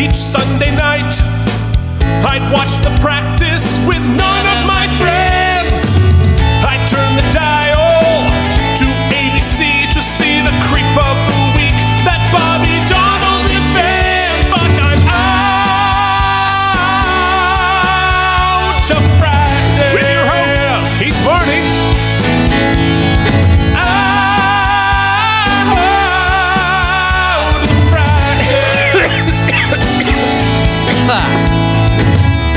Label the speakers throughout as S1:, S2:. S1: Each Sunday night, I'd watch the practice with none of my friends. I'd turn the dial to ABC to see the creep of the week that Bobby Donald defends. But I'm out of practice. With your host, Keith Barney. Out of practice.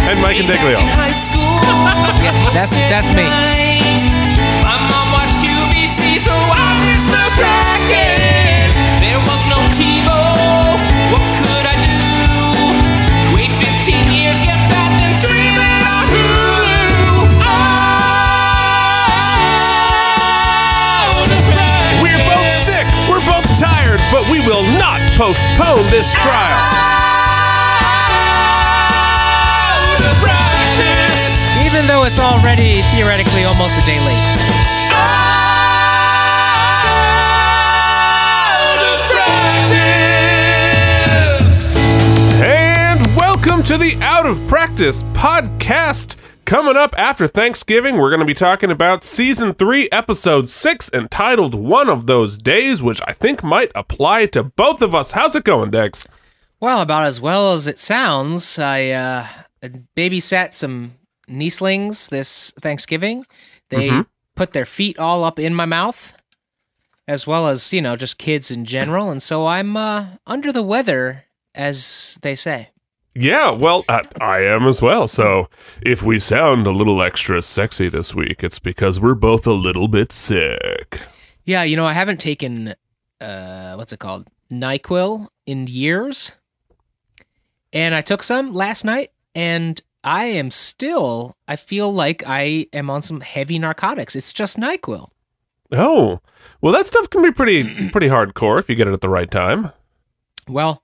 S2: And Mike and Diglio.
S3: High school.
S4: Yeah, that's that's me.
S3: night. My mom watched QVC, so I missed the practice. There was no TiVo. What could I do? Wait 15 years, get fat, then stream it on Hulu. Out of practice.
S1: We're both sick, we're both tired, but we will not postpone this trial.
S3: Out of practice.
S4: Even though it's already theoretically almost a day late.
S3: Out of practice.
S2: And welcome to the Out of Practice podcast. Coming up after Thanksgiving, we're going to be talking about season three, episode six, entitled One of Those Days, which I think might apply to both of us. How's it going, Dex?
S4: Well, about as well as it sounds. I uh, babysat some niecelings this Thanksgiving. They put their feet all up in my mouth, as well as you know just kids in general. And so I'm uh, under the weather, as they say.
S2: Yeah, well, I, I am as well. So if we sound a little extra sexy this week, it's because we're both a little bit sick.
S4: Yeah, you know I haven't taken uh, what's it called Nyquil in years, and I took some last night, and I am still I feel like I am on some heavy narcotics. It's just Nyquil.
S2: Oh, well, that stuff can be pretty pretty hardcore if you get it at the right time.
S4: Well,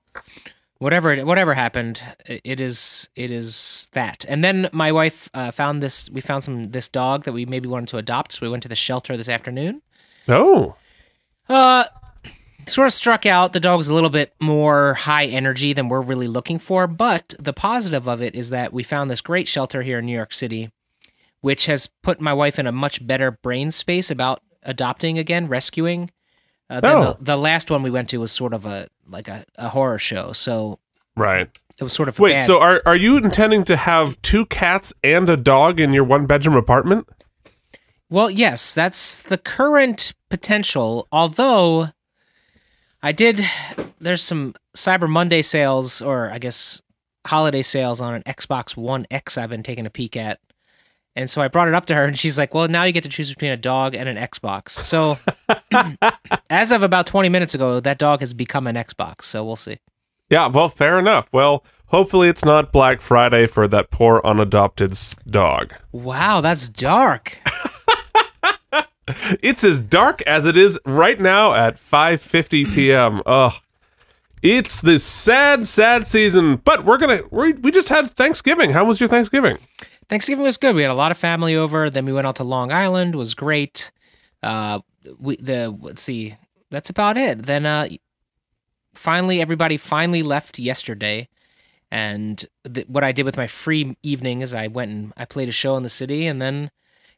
S4: whatever it- whatever happened, i- it is it is that. And then my wife uh, found this. We found some this dog that we maybe wanted to adopt. So we went to the shelter this afternoon.
S2: Oh,
S4: Uh, sort of struck out. The dog's a little bit more high energy than we're really looking for. But the positive of it is that we found this great shelter here in New York City, which has put my wife in a much better brain space about adopting again, rescuing. Uh, than
S2: Oh.
S4: the, the last one we went to was sort of a like a, a horror show. So
S2: right.
S4: it was sort of
S2: Wait,
S4: bad.
S2: so are are you intending to have two cats and a dog in your one bedroom apartment?
S4: well, yes, that's the current potential. Although I did, there's some Cyber Monday sales, or I guess holiday sales on an Xbox One X. I've been taking a peek at, and so I brought it up to her, and she's like, "Well, now you get to choose between a dog and an Xbox." So, as of about 20 minutes ago, that dog has become an Xbox. So we'll see.
S2: Yeah, well, fair enough. Well, hopefully it's not Black Friday for that poor unadopted s- dog.
S4: Wow, that's dark.
S2: It's as dark as it is right now at 5:50 p.m. Ugh. It's this sad, sad season, but we're gonna we we just had Thanksgiving. How was your Thanksgiving?
S4: Thanksgiving was good. We had a lot of family over. Then we went out to Long Island. Was great. Uh, we the let's see, that's about it. Then uh, finally everybody finally left yesterday, and th- what I did with my free evening is I went and I played a show in the city, and then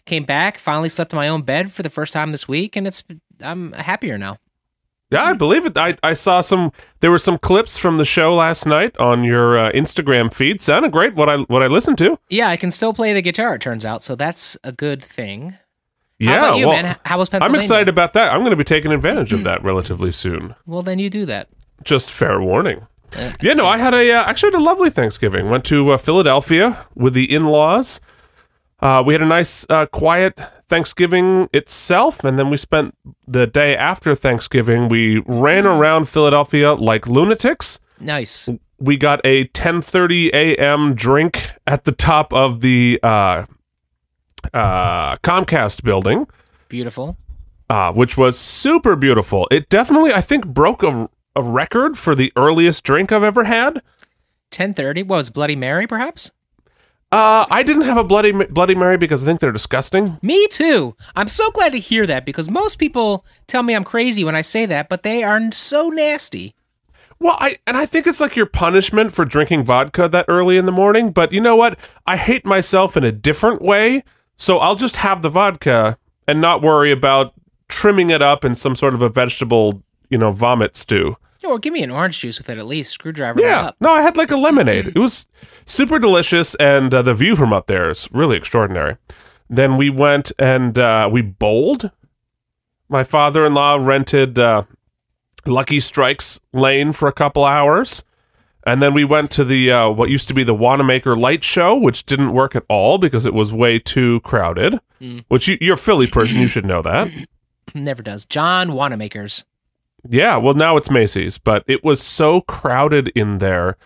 S4: came back. Finally slept in my own bed for the first time this week, and it's I'm happier now.
S2: Yeah, I believe it. I, I saw some. There were some clips from the show last night on your uh, Instagram feed. Sounded great. What I what I listened to.
S4: Yeah, I can still play the guitar. It turns out, so that's a good thing.
S2: Yeah,
S4: How about you,
S2: well,
S4: man? H- How was
S2: I'm
S4: Pennsylvania?
S2: excited about that. I'm going to be taking advantage of that relatively soon.
S4: Well, then you do that.
S2: Just fair warning. Yeah, no, I had a uh, actually had a lovely Thanksgiving. Went to uh, Philadelphia with the in-laws. Uh, we had a nice, uh, quiet Thanksgiving itself, and then we spent the day after Thanksgiving. We ran around Philadelphia like lunatics.
S4: Mm. Nice.
S2: we got a 10:30 a.m. drink at the top of the uh, uh, Comcast building,
S4: Beautiful.
S2: uh, which was super beautiful. It definitely, I think, broke a, a record for the earliest drink I've ever had.
S4: Ten thirty. What was Bloody Mary? Perhaps.
S2: Uh, I didn't have a bloody Ma- bloody Mary because I think they're disgusting.
S4: Me too. I'm so glad to hear that because most people tell me I'm crazy when I say that, but they are so nasty.
S2: Well, I and I think it's like your punishment for drinking vodka that early in the morning, but you know what? I hate myself in a different way, so I'll just have the vodka and not worry about trimming it up in some sort of a vegetable, you know, vomit stew.
S4: Or Oh, give me an orange juice with it at least. Screwdriver it
S2: Yeah.
S4: up. Mm-hmm.
S2: No, I had like a lemonade. It was super delicious, and uh, the view from up there is really extraordinary. Then we went and uh, we bowled. My father in law rented uh, Lucky Strikes Lane for a couple hours. And then we went to the uh, what used to be the Wanamaker Light Show, which didn't work at all because it was way too crowded.
S4: Mm.
S2: Which you, you're a Philly person, you should know that.
S4: Never does. John Wanamaker's.
S2: Yeah, well, now it's Macy's, but it was so crowded in there.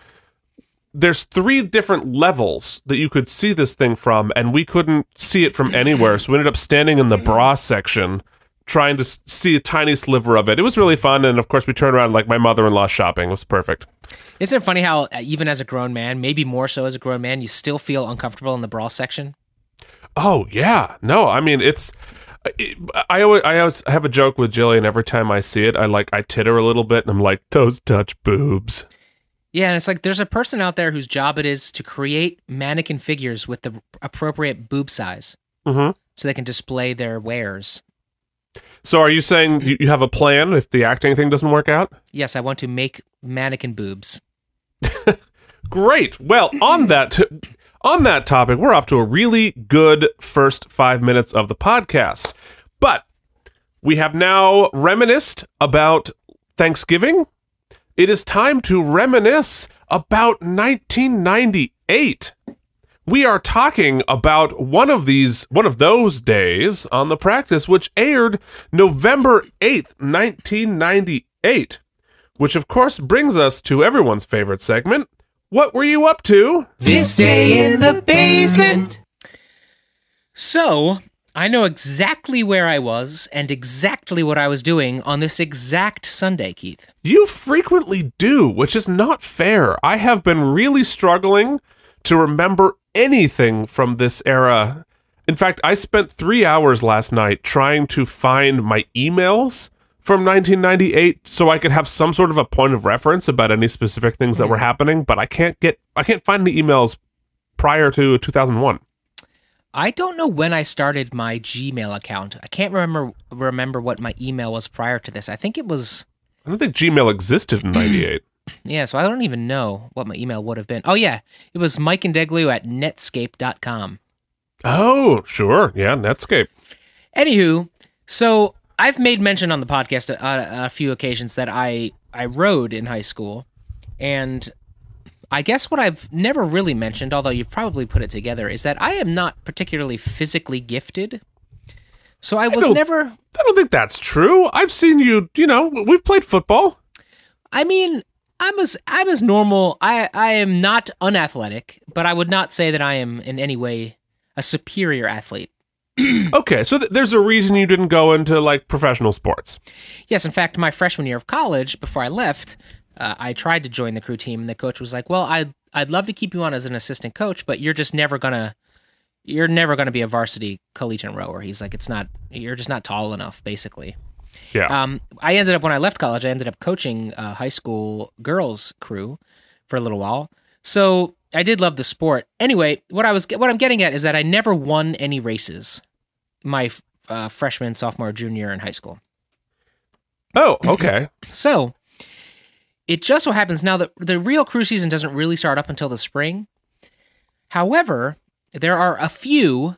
S2: There's three different levels that you could see this thing from, and we couldn't see it from anywhere. So we ended up standing in the bra section trying to s- see a tiny sliver of it. It was really fun. And of course, we turned around like my mother in law shopping. It was perfect.
S4: Isn't it funny how uh, even as a grown man, maybe more so as a grown man, you still feel uncomfortable in the brawl section?
S2: Oh yeah, no, I mean it's. I- I always, I always have a joke with Jillian every time I see it. I like, I titter a little bit, and I'm like, "Those Dutch boobs."
S4: Yeah, and it's like there's a person out there whose job it is to create mannequin figures with the appropriate boob size
S2: Mm-hmm.
S4: so they can display their wares.
S2: So, are you saying you you have a plan if the acting thing doesn't work out?
S4: Yes, I want to make mannequin boobs.
S2: Great. Well, on that on that topic, we're off to a really good first 5 minutes of the podcast. But we have now reminisced about Thanksgiving. It is time to reminisce about 1998. We are talking about one of these one of those days on the practice which aired November 8th, 1998 which of course brings us to everyone's favorite segment. What were you up to?
S3: This day in the basement.
S4: So I know exactly where I was and exactly what I was doing on this exact Sunday, Keith.
S2: You frequently do, which is not fair. I have been really struggling to remember anything from this era. In fact, I spent three hours last night trying to find my emails from 1998 so I could have some sort of a point of reference about any specific things that were happening, but I can't get, I can't find the emails prior to 2001.
S4: I don't know when I started my Gmail account. I can't remember remember what my email was prior to this. I think it was
S2: I don't think Gmail existed in 98.
S4: yeah, so I don't even know what my email would have been. Oh yeah, it was Mike and Deglu at netscape.com.
S2: Oh, sure. Yeah, Netscape.
S4: Anywho, so I've made mention on the podcast a, a, a few occasions that I I rode in high school, and I guess what I've never really mentioned, although you've probably put it together, is that I am not particularly physically gifted. So I was
S2: don't-
S4: never.
S2: I don't think that's true. I've seen you, you know, we've played football.
S4: I mean, I'm as I'm as normal. I I am not unathletic, but I would not say that I am in any way a superior athlete.
S2: Okay, so th- there's a reason you didn't go into like professional sports.
S4: Yes, in fact, my freshman year of college, before I left, uh, I tried to join the crew team, and the coach was like, "Well, I'd I'd love to keep you on as an assistant coach, but you're just never gonna you're never gonna be a varsity collegiate rower." He's like, "It's not you're just not tall enough, basically."
S2: Yeah.
S4: Um, I ended up when I left college, I ended up coaching uh, high school girls crew for a little while. So I did love the sport. Anyway, what I was what I'm getting at is that I never won any races my f- uh, freshman, sophomore, junior in high school.
S2: oh, okay.
S4: So it just so happens now that the real crew season doesn't really start up until the spring. However, there are a few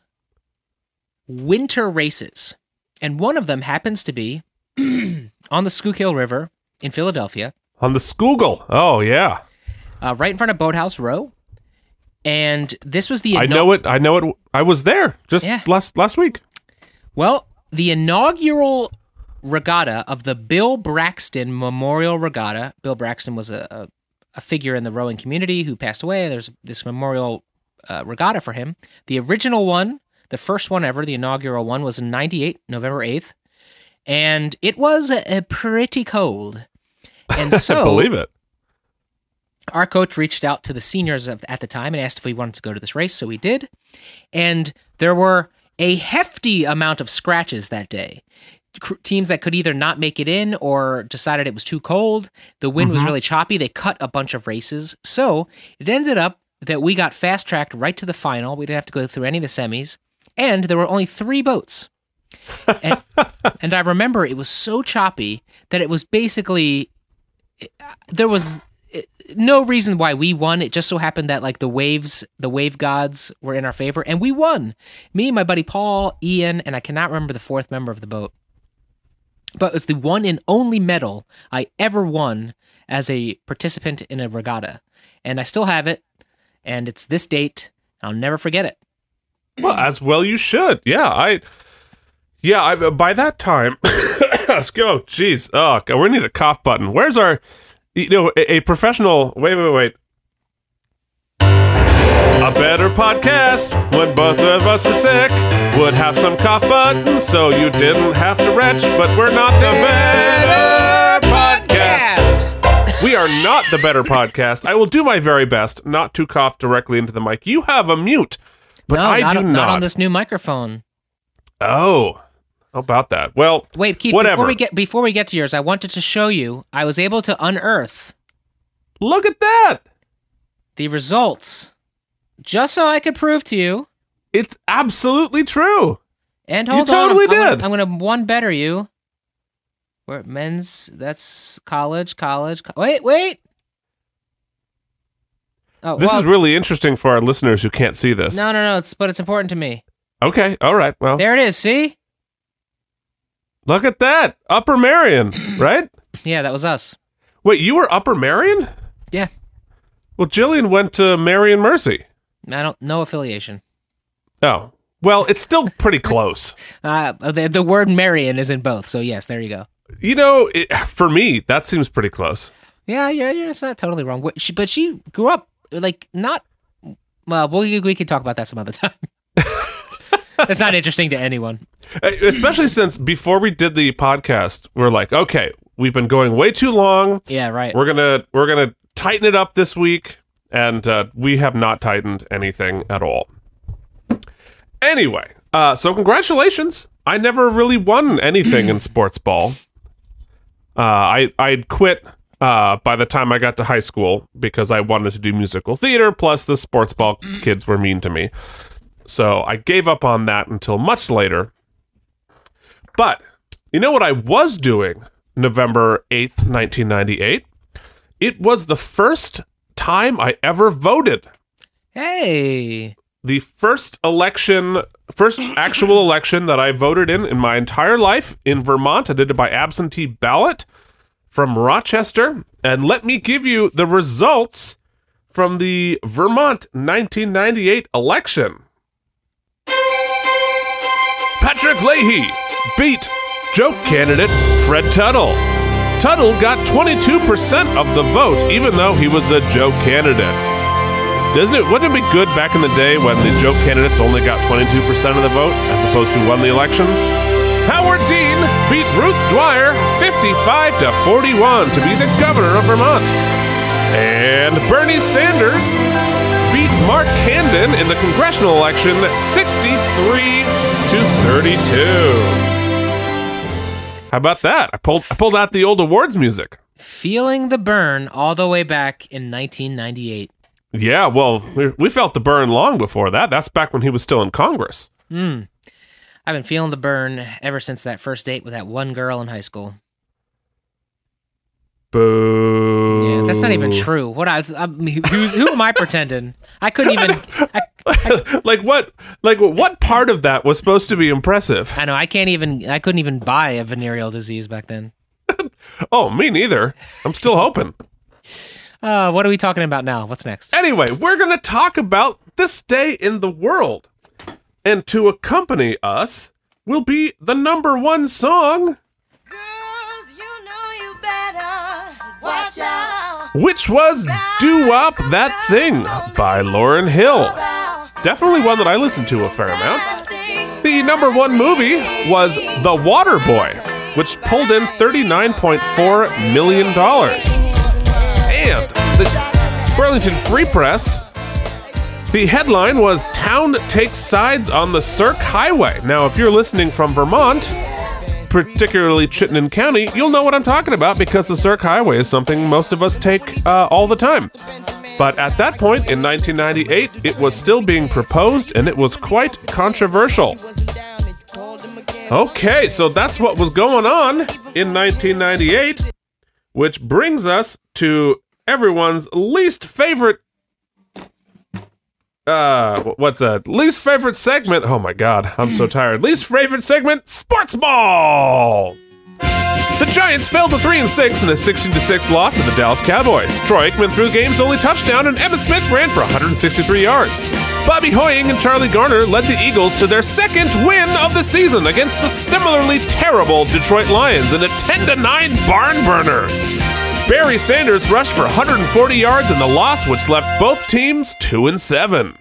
S4: winter races, and one of them happens to be on the Schuylkill River in Philadelphia,
S2: On the Scoogle. Oh, yeah.
S4: uh, right in front of Boathouse Row. And this was the
S2: I
S4: inau-
S2: know it. I know it. I was there just
S4: Yeah.
S2: last last week.
S4: well the inaugural regatta of the Bill Braxton Memorial Regatta. Bill Braxton was a, a a figure in the rowing community who passed away. There's this memorial uh, regatta for him. The original one, the first one ever, the inaugural one, was in 98, November 8th. And it was uh, pretty cold. And
S2: I
S4: so
S2: believe it.
S4: our coach reached out to the seniors of, at the time and asked if we wanted to go to this race. So we did. And there were a hefty amount of scratches that day. cr- teams that could either not make it in or decided it was too cold. The wind was really choppy. They cut a bunch of races. So it ended up that we got fast tracked right to the final. We didn't have to go through any of the semis. And there were only three boats. And, and I remember it was so choppy that it was basically there was eh, no reason why we won. It just so happened that like the waves, the wave gods were in our favor, and we won. Me, my buddy Paul, Ian, and I cannot remember the fourth member of the boat. But it was the one and only medal I ever won as a participant in a regatta, and I still have it. And it's this date. I'll never forget it.
S2: Well, as well you should. Yeah, I. Yeah, I, by that time, let's go. Jeez, oh, God, we need a cough button. Where's our, you know, a, a professional? Wait, wait, wait. A better podcast when both of us were sick would have some cough buttons, so you didn't have to retch. But we're not the better podcast. We are not the better podcast. I will do my very best not to cough directly into the mic. You have a mute, but
S4: no,
S2: I
S4: not,
S2: do
S4: on-
S2: not.
S4: not on this new microphone.
S2: Oh, how about that? Well,
S4: Wait, Keith.
S2: Whatever.
S4: Before we get before we get to yours, I wanted to show you. I was able to unearth
S2: look at that.
S4: the results, just so I could prove to you.
S2: It's absolutely true.
S4: And
S2: You
S4: hold on,
S2: totally
S4: I'm, I'm
S2: did.
S4: Gonna, I'm gonna one better you. Where men's? That's college, college. Co- wait, wait. Oh,
S2: This
S4: well,
S2: is really interesting for our listeners who can't see this.
S4: no, no, no. It's but it's important to me.
S2: Okay, all right. Well,
S4: There it is. See?
S2: look at that. Upper Marion, right?
S4: Yeah, that was us.
S2: Wait, you were Upper Marion?
S4: Yeah,
S2: Well, Jillian went to Marion Mercy.
S4: I don't no affiliation.
S2: Oh, well, it's still pretty close.
S4: Uh, the, the word Marion is in both, so yes, there you go.
S2: You know, it, for me, that seems pretty close.
S4: Yeah, you're, you're it's not totally wrong. Wh- She, but she grew up like not. Well, we we can talk about that some other time. That's not interesting to anyone.
S2: Uh, Especially since before we did the podcast, we're like, okay, we've been going way too long.
S4: Yeah, right.
S2: we're gonna we're gonna tighten it up this week and uh, we have not tightened anything at all anyway uh, so congratulations i never really won anything in sports ball uh, i i'd quit uh, by the time I got to high school, because I wanted to do musical theater, plus the sports ball kids were mean to me. So I gave up on that until much later. But you know what I was doing November 8th, 1998? It was the first time I ever voted.
S4: Hey,
S2: The first election, first actual election that I voted in in my entire life in Vermont. I did it by absentee ballot from Rochester. And let me give you the results from the Vermont 1998 election. Patrick Leahy beat joke candidate Fred Tuttle. Tuttle got 22% of the vote, even though he was a joke candidate. Doesn't it? Wouldn't it be good back in the day when the joke candidates only got 22% of the vote, as opposed to won the election? Howard Dean beat Ruth Dwyer 55 to 41 to be the governor of Vermont. And Bernie Sanders beat Mark Camden in the congressional election 63 to 32. How about that? I pulled I pulled out the old awards music.
S4: feeling the burn all the way back in 1998.
S2: Yeah, well, we, we felt the burn long before that. That's back when he was still in Congress.
S4: Hmm. I've been feeling the burn ever since that first date with that one girl in high school.
S2: Boo.
S4: Yeah, that's not even true. What I, I mean, who's, who am I pretending? I couldn't even. I,
S2: like what? Like what part of that was supposed to be impressive?
S4: I know I can't even. I couldn't even buy a venereal disease back then.
S2: Oh, me neither. I'm still hoping.
S4: Uh, what are we talking about now? What's next?
S2: Anyway, we're going to talk about this day in the world. And to accompany us will be the number one song,
S5: Girls, you know you better watch out.
S2: which was Do Up That Thing by Lauren Hill. Definitely one that I listened to a fair amount. The number one movie was The Water Boy, which pulled in $39.4 million. And the Burlington Free Press, the headline was Town Takes Sides on the Cirque Highway. Now, if you're listening from Vermont, particularly Chittenden County, you'll know what I'm talking about because the Zurich Highway is something most of us take uh, all the time. But at that point in 1998, it was still being proposed and it was quite controversial. Okay, so that's what was going on in 1998, which brings us to everyone's least favorite. Uh, wh- what's that? Least favorite segment. Oh my god, I'm so tired. Least favorite segment: sports ball. The Giants fell to three and six in a 16 to six loss to the Dallas Cowboys. Troy Aikman threw game's only touchdown, and Emmitt Smith ran for 163 yards. Bobby Hoying and Charlie Garner led the Eagles to their second win of the season against the similarly terrible Detroit Lions in a 10 to nine barn burner. Barry Sanders rushed for 140 yards in the loss, which left both teams two and seven.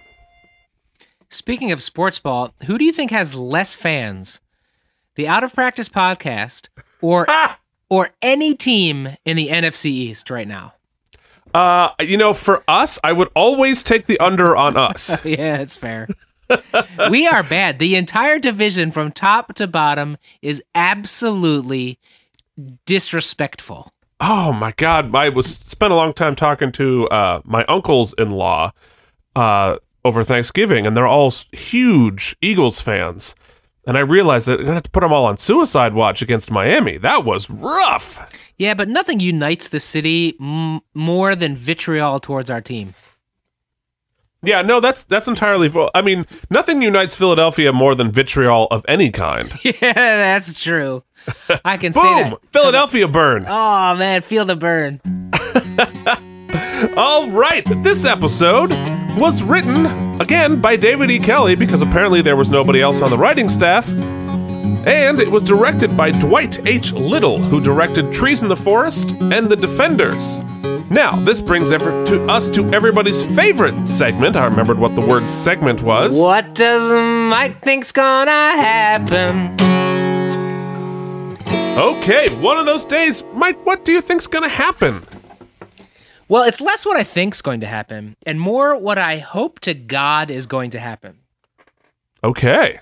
S4: Speaking of sports ball, who do you think has less fans? The Out of Practice podcast or or any team in the NFC East right now?
S2: Uh, you know, for us, I would always take the under on us.
S4: Yeah, it's fair. we are bad. The entire division from top to bottom is absolutely disrespectful.
S2: Oh my god, I was spent a long time talking to uh, my uncles in law uh, over Thanksgiving, and they're all s- huge Eagles fans. And I realized that I'm gonna have to put them all on suicide watch against Miami. That was rough.
S4: Yeah, but nothing unites the city m- more than vitriol towards our team.
S2: Yeah, no, that's that's entirely. vo- I mean, nothing unites Philadelphia more than vitriol of any kind.
S4: yeah, that's true. I can say that.
S2: Boom, Philadelphia burn.
S4: Oh man, feel the burn.
S2: All right, this episode was written again by David E. Kelly because apparently there was nobody else on the writing staff. And it was directed by Dwight H. Little, who directed Trees in the Forest and The Defenders. Now, this brings ever to us to everybody's favorite segment. I remembered what the word segment was.
S4: What does Mike think's gonna happen?
S2: Okay, one of those days, Mike, what do you think's gonna happen?
S4: Well, it's less what I think's going to happen and more what I hope to God is going to happen.
S2: Okay.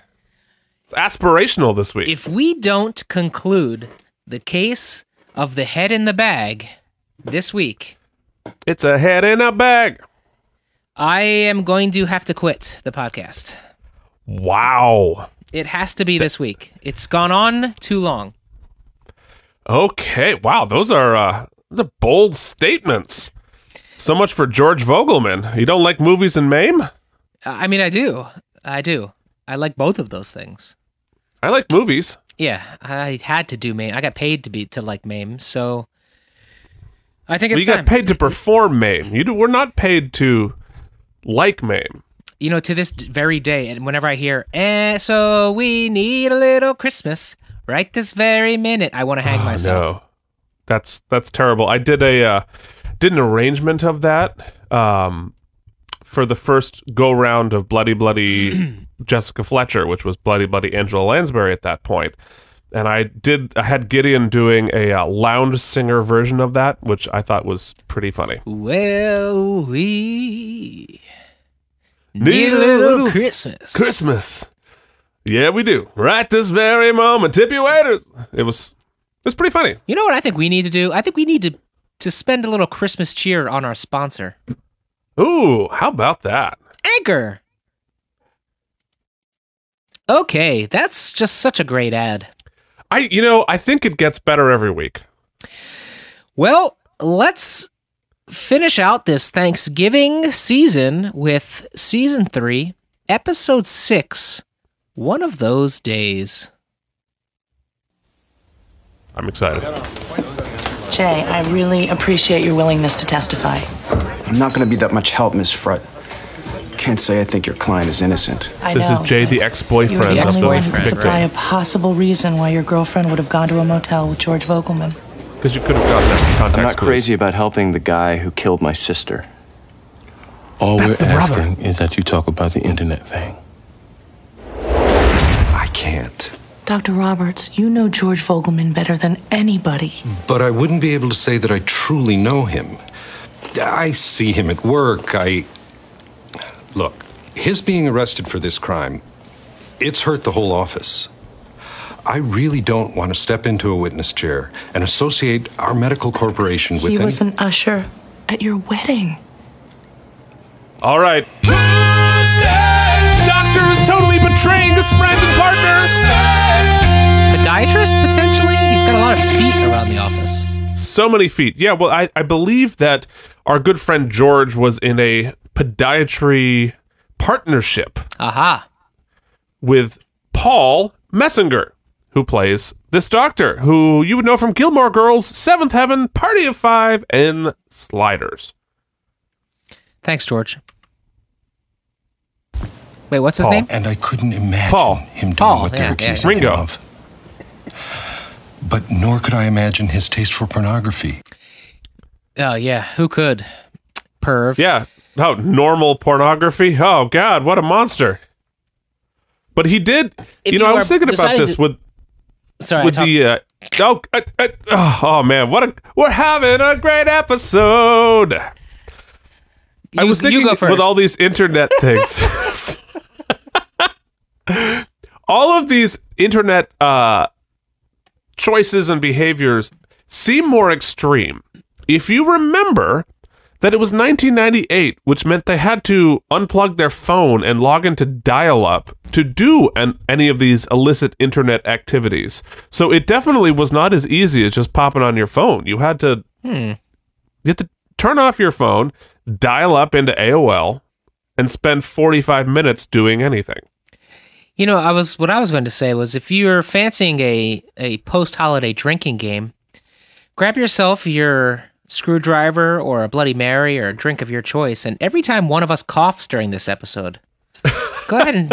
S2: It's aspirational this week.
S4: If we don't conclude the case of the head in the bag this week,
S2: it's a head in a bag.
S4: I am going to have to quit the podcast.
S2: Wow.
S4: It has to be this week. It's gone on too long.
S2: Okay. Wow. Those are uh, the bold statements. So much for George Vogelman. You don't like movies and MAME?
S4: I I mean, I do. I do. I like both of those things.
S2: I like movies.
S4: Yeah, I had to do MAME. I got paid to be to like MAME, so I think
S2: But
S4: it's
S2: you
S4: time.
S2: got paid to perform MAME. You do, we're not paid to like MAME.
S4: you know, to this d- very day, and whenever I hear, eh, so we need a little Christmas right this very minute, I want to
S2: Ah,
S4: hang myself.
S2: No, that's that's terrible. I did a uh, did an arrangement of that um, for the first go round of Bloody Bloody Jessica Fletcher, which was Bloody Bloody Angela Lansbury at that point. And I did. I had Gideon doing a uh, lounge singer version of that, which I thought was pretty funny.
S4: Well, we need a little Christmas.
S2: Christmas. Yeah, we do. Right this very moment. Tip your waiters. It was. It was pretty funny.
S4: You know what I think we need to do? I think we need to to spend a little Christmas cheer on our sponsor,
S2: Ooh, how about that?
S4: Anchor. Okay, that's just such a great ad.
S2: I, you know, I think it gets better every week.
S4: Well, let's finish out this Thanksgiving season with season three, episode six, one of those days.
S2: I'm excited.
S6: Jay, I really appreciate your willingness to testify.
S7: I'm not going to be that much help, Miss Frutt. Can't say I think your client is innocent.
S6: I
S2: This is
S6: know.
S2: Jay, the
S6: You were
S2: ex-boyfriend
S6: the
S2: of
S6: only
S2: the
S6: one who could supply
S2: victim,
S6: a possible reason why your girlfriend would have gone to a motel with George Vogelman.
S2: because you could have gotten that contact.
S8: I'm not crazy about helping the guy who killed my sister.
S9: All
S2: That's
S9: we're
S2: the brother.
S9: asking is that you talk about the internet thing.
S7: I can't.
S6: Dr. Roberts, you know George Vogelman better than anybody.
S4: Hmm.
S10: But I wouldn't be able to say that I truly know him. I see him at work. I. Look, his being arrested for this crime, it's hurt the whole office. I really don't want to step into a witness chair and associate our medical corporation with
S6: He
S10: any-
S6: was an usher at your wedding.
S2: All right. Doctor is totally betraying his friend and partner.
S4: Podiatrist, potentially? He's got a lot of feet around the office.
S2: So many feet. Yeah, well, I, I believe that our good friend George was in a podiatry partnership
S4: Aha.
S2: with Paul Messinger, who plays this doctor, who you would know from Gilmore Girls, Seventh Heaven, Party of Five, and Sliders.
S4: Thanks, George. Wait, what's his
S2: Paul.
S4: name?
S10: And I couldn't imagine
S2: Paul.
S10: him doing
S4: Paul,
S10: what
S4: yeah,
S10: they're
S4: yeah,
S10: accusing
S2: yeah.
S10: him
S2: Ringo.
S10: of. But nor could I imagine his taste for pornography.
S4: Oh, yeah. Who could? Perv.
S2: Yeah. Oh, normal pornography. Oh God, what a monster! But he did.
S4: If
S2: you know,
S4: you
S2: I was
S4: were
S2: thinking about
S4: deciding
S2: this
S4: to-
S2: with
S4: Sorry, I
S2: with
S4: talked-
S2: the. Uh, oh, uh, uh, oh, oh, man, what a we're having a great episode. I
S4: You-
S2: was
S4: you
S2: thinking
S4: go first.
S2: with all these internet things. all of these internet uh, choices and behaviors seem more extreme. If you remember that it was 1998, which meant they had to unplug their phone and log into dial up to do an, any of these illicit internet activities. So it definitely was not as easy as just popping on your phone. You had to
S4: Hmm.
S2: you have to turn off your phone, dial up into AOL, and spend 45 minutes doing anything.
S4: You know, I was what I was going to say was if you're fancying a a post holiday drinking game, grab yourself your screwdriver or a Bloody Mary or a drink of your choice, and every time one of us coughs during this episode, go ahead and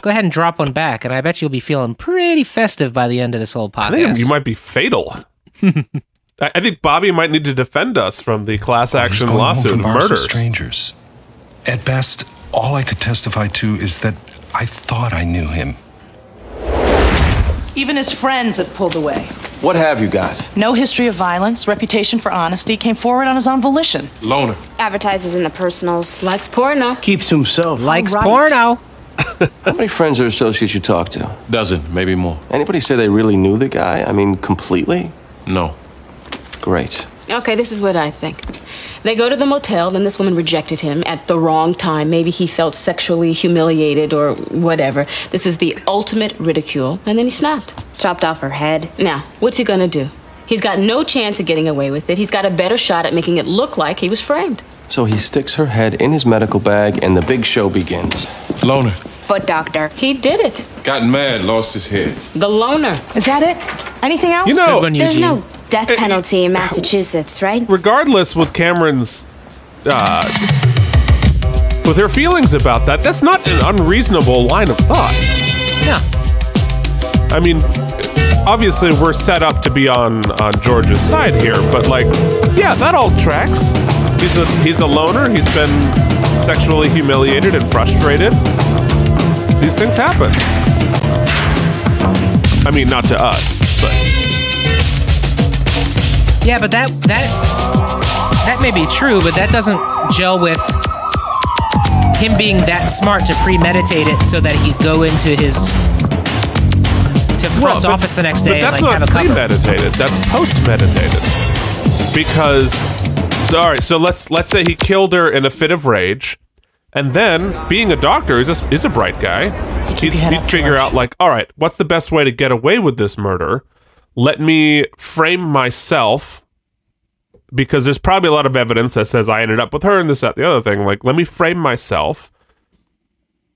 S4: go ahead and drop one back, and I bet you'll be feeling pretty festive by the end of this whole
S2: I think
S4: podcast.
S2: you might be fatal. I I think Bobby might need to defend us from the class
S10: I was
S2: action
S10: going home
S2: lawsuit
S10: from
S2: of
S10: bars with
S2: murders.
S10: strangers. At best, all I could testify to is that I thought I knew him.
S6: Even his friends have pulled away.
S8: What have you got?
S6: No history of violence, reputation for honesty, came forward on his own volition.
S9: Loner.
S5: Advertises in the personals. Likes porno.
S8: Keeps to himself.
S4: Likes
S6: Right.
S4: porno.
S8: How many friends or associates you talk to?
S9: Dozen, maybe more.
S8: Anybody say they really knew the guy? I mean, completely?
S9: No.
S8: Great.
S11: Okay, this is what I think. They go to the motel, then this woman rejected him at the wrong time. Maybe he felt sexually humiliated or whatever. This is the ultimate ridicule, and then he snapped.
S5: Chopped off her head.
S11: Now, what's he gonna do? He's got no chance of getting away with it. He's got a better shot at making it look like he was framed.
S8: So he sticks her head in his medical bag, and the big show begins.
S9: Loner.
S5: Foot doctor.
S11: He did it.
S9: Got mad, lost his head.
S11: The loner.
S6: Is that it? Anything else?
S2: You
S4: Good
S2: know, Uh,
S4: one,
S5: There's
S4: Eugene.
S5: no death penalty in Massachusetts, right?
S2: regardless with Cameron's uh with her feelings about that, that's not an unreasonable line of thought.
S4: No.
S2: I mean, obviously we're set up to be on on George's side here, but like, yeah, that all tracks. He's a he's a loner. He's been sexually humiliated and frustrated. These things happen. I mean, not to us, but
S4: Yeah, but that that that may be true, but that doesn't gel with him being that smart to premeditate it so that he'd go into his to front's
S2: Well, but-
S4: office the next
S2: but
S4: day and
S2: that's
S4: like have a
S2: not
S4: cover.
S2: premeditated. That's postmeditated. Because, sorry, so let's let's say he killed her in a fit of rage, and then being a doctor, he's a, he's a bright guy. He'd,
S6: your head
S2: he'd
S6: up for
S2: figure
S6: lunch.
S2: out like, all right, what's the best way to get away with this murder? Let me frame myself because there's probably a lot of evidence that says I ended up with her and this that the other thing. Like, let me frame myself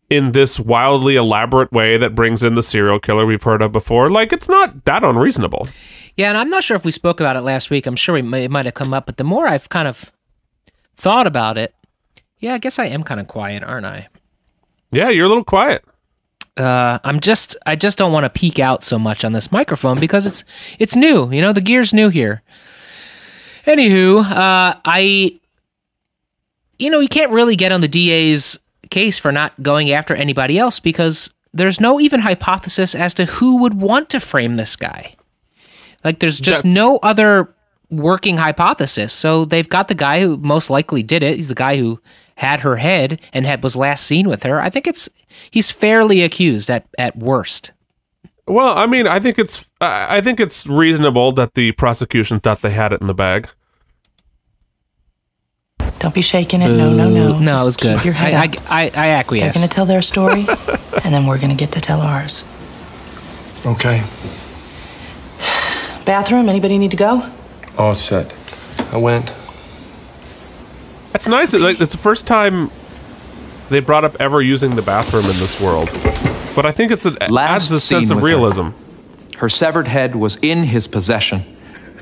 S2: in this wildly elaborate way that brings in the serial killer we've heard of before. Like, it's not that unreasonable.
S4: Yeah, and I'm not sure if we spoke about it last week. I'm sure we may, it might have come up, but the more I've kind of thought about it, yeah, I guess I am kind of quiet, aren't I?
S2: Yeah, you're a little quiet.
S4: Uh, I'm just I just don't want to peek out so much on this microphone because it's it's new. You know, the gear's new here. Anywho, uh, I you know you can't really get on the DA's case for not going after anybody else because there's no even hypothesis as to who would want to frame this guy. Like there's just
S2: That's-
S4: no other working hypothesis. So they've got the guy who most likely did it. He's the guy who had her head and had was last seen with her. I think it's he's fairly accused at at worst.
S2: Well, I mean, I think it's I I think it's reasonable that the prosecution thought they had it in the bag.
S6: Don't be shaking it. No, no, no.
S4: Boo. No, it was
S6: keep
S4: good.
S6: Your head
S4: I-
S6: up.
S4: I, I
S6: They're
S4: acquiesce.
S6: going to tell their story, and then we're going to get to tell ours.
S12: Okay,
S6: Bathroom, anybody need to go?
S12: all set. I went.
S2: That's nice. that, Like it's the first time they brought up ever using the bathroom in this world. But I think it's an, adds a sense
S13: scene
S2: of
S13: with her.
S2: realism.
S13: Her severed head was in his possession.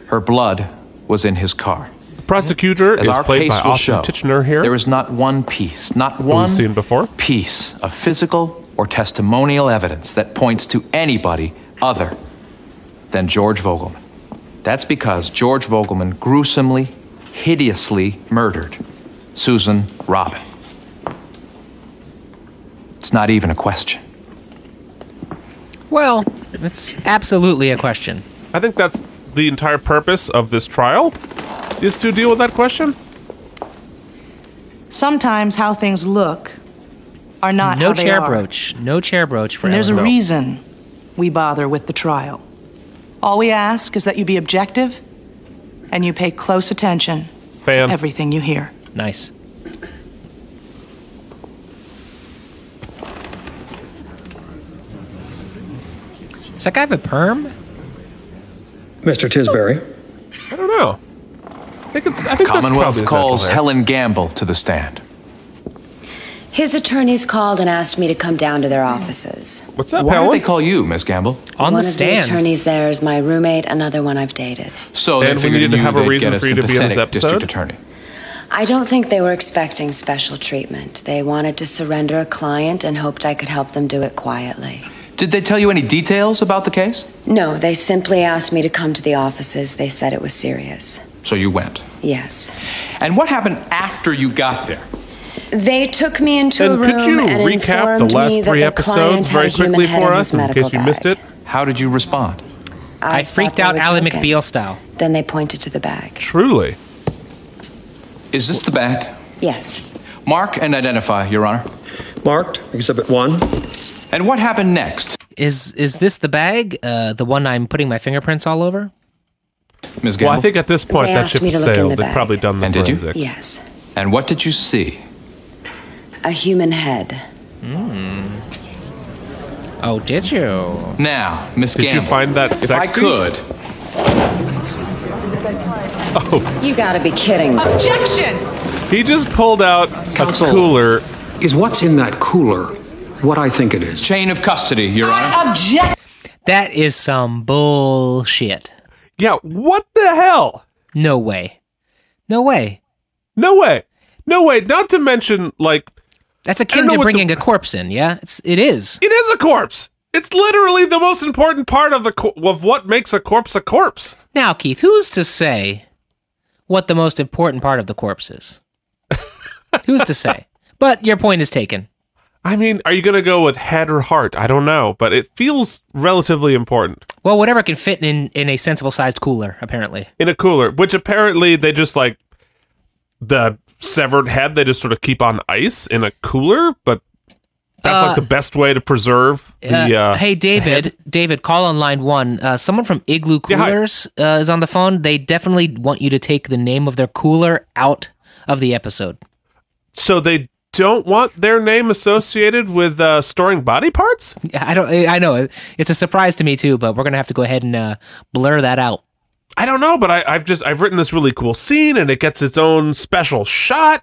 S13: Her blood was in his car.
S2: Prosecutor
S13: As
S2: is
S13: our
S2: played by
S13: case will
S2: Austin
S13: show,
S2: Titchener here.
S13: There is not one piece, not one
S2: seen
S13: piece of physical or testimonial evidence that points to anybody other than George Vogelman. That's because George Vogelman gruesomely, hideously murdered Susan Robin. It's not even a question.
S4: Well, it's absolutely a question.
S2: I think that's the entire purpose of this trial is to deal with that question.
S6: Sometimes how things look are not
S4: no
S6: how they
S4: chair
S6: are.
S4: brooch. No chair brooch for
S6: And there's a
S4: Ellen.
S6: reason we bother with the trial. All we ask is that you be objective and you pay close attention
S2: Fan.
S6: to everything you hear.
S4: Nice. Does that guy have a perm?
S14: Mr. Tisbury.
S2: I don't know. I think it's I think that's probably
S13: Commonwealth
S2: his
S13: calls
S2: natural hair.
S13: Helen Gamble to the stand.
S15: His attorneys called and asked me to come down to their offices.
S2: What's
S13: that, Why did they call you, Miss Gamble?
S15: one Of the attorneys there is my roommate, another one I've dated.
S13: So they
S2: And we
S13: figured
S2: needed to
S13: you
S2: have a
S13: they'd
S2: reason
S13: get
S2: for you to be on this
S13: sympathetic
S2: episode?
S13: District attorney.
S15: I don't think they were expecting special treatment. They wanted to surrender a client and hoped I could help them do it quietly.
S13: Did they tell you any details about the case?
S15: No, they simply asked me to come to the offices. They said it was serious.
S13: So you went.
S15: Yes.
S13: And what happened after you got there?
S15: They took me into a
S13: And
S15: room
S13: could you
S15: and
S13: recap the
S15: informed me
S13: last
S15: that
S13: three
S15: the client
S13: episodes
S15: had a
S13: very
S15: human
S13: quickly
S15: head
S13: for
S15: in
S13: us
S15: his
S13: in
S15: medical
S13: case you missed it? How did you respond?
S15: I,
S4: freaked out Ally McBeal style.
S15: Then they pointed to the bag.
S2: Truly.
S13: Is this the bag?
S15: Yes.
S13: Mark and identify, Your Honor.
S14: Marked, Exhibit 1.
S13: And what happened next?
S4: Is is this the bag? Uh, the one I'm putting my fingerprints all over?
S13: Ms.
S2: Well,
S13: Gamble?
S2: I think at this point
S4: They
S2: that
S4: asked
S2: ship
S4: me to
S2: has
S4: look in
S2: sailed.
S4: the
S2: They've
S4: bag.
S2: probably done the
S13: And did you?
S2: forensics.
S15: Yes.
S13: And what did you see?
S15: A human head.
S4: Hmm. Oh, did you?
S13: Now, Miss
S2: Did you
S13: Gamble.
S2: find that
S13: if
S2: sexy?
S13: I could,
S15: You gotta be kidding.
S6: Objection!
S2: He just pulled out
S14: Counsel,
S2: a cooler.
S14: Is what's in that cooler what I think it is?
S13: Chain of custody, Your Honor.
S6: Object!
S4: That is some bullshit.
S2: Yeah, what the hell?
S4: No way. No way.
S2: No way. No way. Not to mention, like,
S4: That's
S2: I don't
S4: akin
S2: know
S4: to
S2: what the-
S4: bringing a corpse in, yeah? It's it is.
S2: it is a corpse. It's literally the most important part of the co- of what makes a corpse a corpse.
S4: Now, Keith, who's to say what the most important part of the corpse is? who's to say? But your point is taken.
S2: I mean, are you gonna go with head or heart? I don't know, but it feels relatively important
S4: Well, whatever can fit in in a sensible sized cooler, apparently.
S2: in a cooler. Which apparently they just like the severed head. They just sort of keep on ice in a cooler, but that's
S4: Uh,
S2: like the best way to preserve the. Uh,
S4: Uh, hey, David, David, call on line one. Uh, someone from Igloo Coolers uh, is on the phone. They definitely want you to take the name of their cooler out of the episode.
S2: So they don't want their name associated with uh, storing body parts.
S4: I don't. I know it's a surprise to me too, but we're gonna have to go ahead and uh, blur that out.
S2: I don't know, but I, I've just I've written this really cool scene, and it gets its own special shot.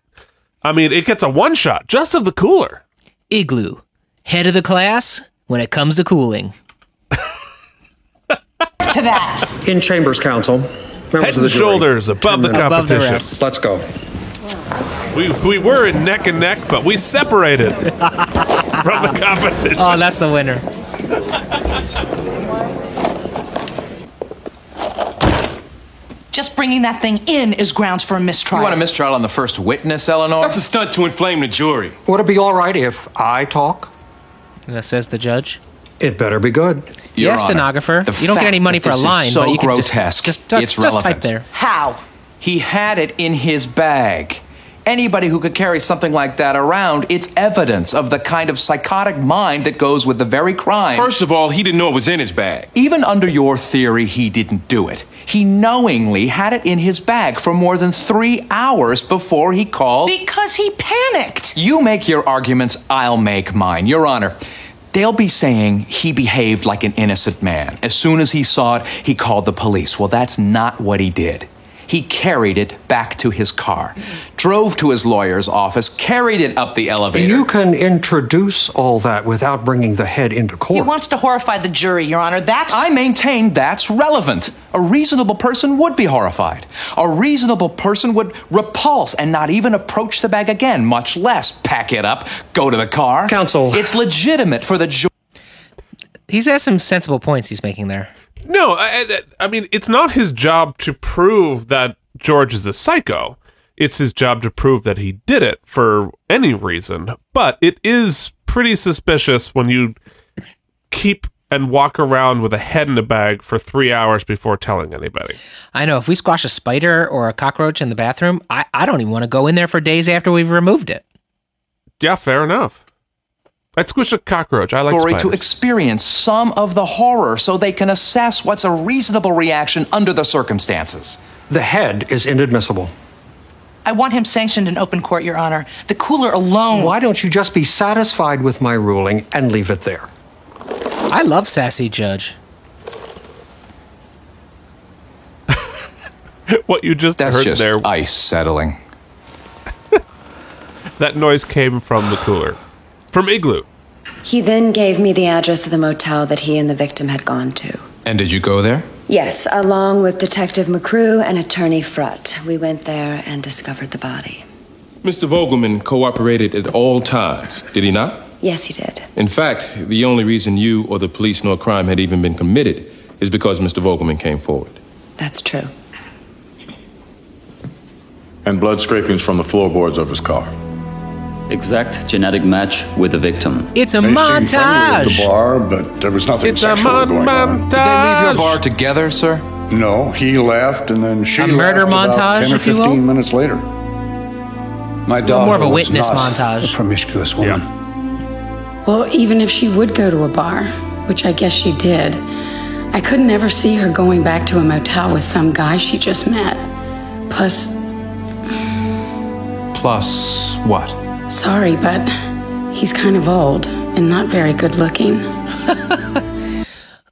S2: I mean, it gets a one shot just of the cooler.
S4: Igloo, head of the class when it comes to cooling.
S6: To that.
S14: In chambers, counsel. Members
S2: Head
S14: of the jury.
S2: and shoulders above the
S14: Ten minutes.
S2: competition. Above the rest.
S14: Let's go.
S2: We we were in neck and neck, but we separated from the competition.
S4: Oh, that's the winner.
S6: Just bringing that thing in is grounds for a mistrial.
S13: you want a mistrial on the first witness, Eleanor? That's a stunt to inflame the jury.
S14: Would it be all right if I talk?
S4: That says the judge.
S14: It better be good.
S13: Your
S4: yes,
S13: Honor,
S4: stenographer.
S13: the
S4: You don't get
S13: fact
S4: any money
S13: that
S4: for a
S13: this is
S4: line,
S13: so
S4: but you
S13: grotesque,
S4: can just just, just,
S13: it's
S4: just type
S13: relevant.
S4: there.
S6: How?
S13: He had it in his bag. Anybody who could carry something like that around, it's evidence of the kind of psychotic mind that goes with the very crime.
S9: First of all, he didn't know it was in his bag.
S13: Even under your theory, he didn't do it. He knowingly had it in his bag for more than three hours before he called.
S6: Because he panicked.
S13: You make your arguments, I'll make mine. Your Honor, they'll be saying he behaved like an innocent man. As soon as he saw it, he called the police. Well, that's not what he did. He carried it back to his car, drove to his lawyer's office, carried it up the elevator.
S14: You can introduce all that without bringing the head into
S6: He
S14: court.
S6: wants to horrify the jury, Your Honor. That's.
S13: I maintain that's relevant. A reasonable person would be horrified. A reasonable person would repulse and not even approach the bag again, much less pack it up, go to the car. Counsel. It's legitimate for the ju-
S4: He's has some sensible points he's making there.
S2: No, I, I I mean, it's not his job to prove that George is a psycho. It's his job to prove that he did it for any reason. But it is pretty suspicious when you keep and walk around with a head in a bag for three hours before telling anybody.
S4: I know if we squash a spider or a cockroach in the bathroom, I, I don't even want to go in there for days after we've removed it.
S2: Yeah, fair enough. I'd squish a cockroach. I like
S13: story to
S2: spiders.
S13: experience some of the horror so they can assess what's a reasonable reaction under the circumstances.
S14: The head is inadmissible.
S6: I want him sanctioned in open court, Your Honor. The cooler alone.
S14: Why don't you just be satisfied with my ruling and leave it there?
S4: I love sassy judge.
S2: what you just
S13: That's
S2: heard
S13: just
S2: there,
S13: ice settling.
S2: that noise came from the cooler, from Igloo.
S15: He then gave me the address of the motel that he and the victim had gone to.
S13: And did you go there?
S15: Yes, along with Detective McCrew and Attorney Frutt. We went there and discovered the body.
S9: Mr. Vogelman cooperated at all times, did he not?
S15: Yes, he did.
S9: In fact, the only reason you or the police knew a crime had even been committed is because Mr. Vogelman came forward.
S15: That's true.
S16: and blood scrapings from the floorboards of his car.
S17: Exact genetic match with the victim.
S4: It's a
S16: They seemed friendly at The
S4: montage.
S16: bar, but there was nothing
S4: It's a
S16: sexual going on.
S4: montage. Did they leave your bar
S13: together, sir?
S16: No, he left, and then she
S4: A murder
S16: left about
S4: montage,
S16: 10 or
S4: if you will?
S16: 15 minutes later. My daughter
S4: more of a
S16: was
S4: witness
S16: not
S4: montage.
S16: A promiscuous woman.
S18: Well, even if she would go to a bar, which I guess she did, I could never see her going back to a motel with some guy she just met. Plus,
S13: Plus what?
S18: sorry, but he's kind of old and not very good looking.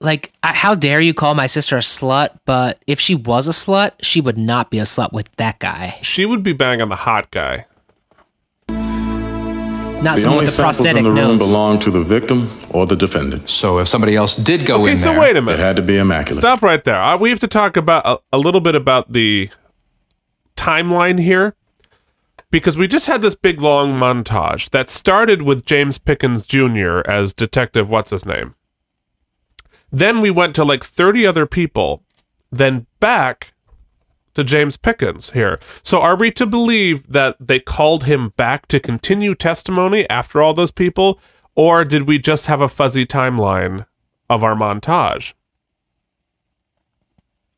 S4: Like, I, how dare you call my sister a slut? But if she was a slut, she would not be a slut with that guy.
S2: She would be banging the hot guy.
S4: Not
S16: the
S4: someone
S16: only
S4: with
S16: samples
S4: a
S16: in
S4: prosthetic
S16: the room
S4: nose.
S16: belonged to the victim or the defendant.
S13: So if somebody else did
S2: go Okay, in so there- wait a minute.
S16: it had to be immaculate.
S2: Stop right there. Uh, we have to talk about a, a little bit about the timeline here because we just had this big long montage that started with James Pickens Jr. as Detective What's His Name. Then we went to like 30 other people, then back to James Pickens here. So are we to believe that they called him back to continue testimony after all those people, or did we just have a fuzzy timeline of our montage?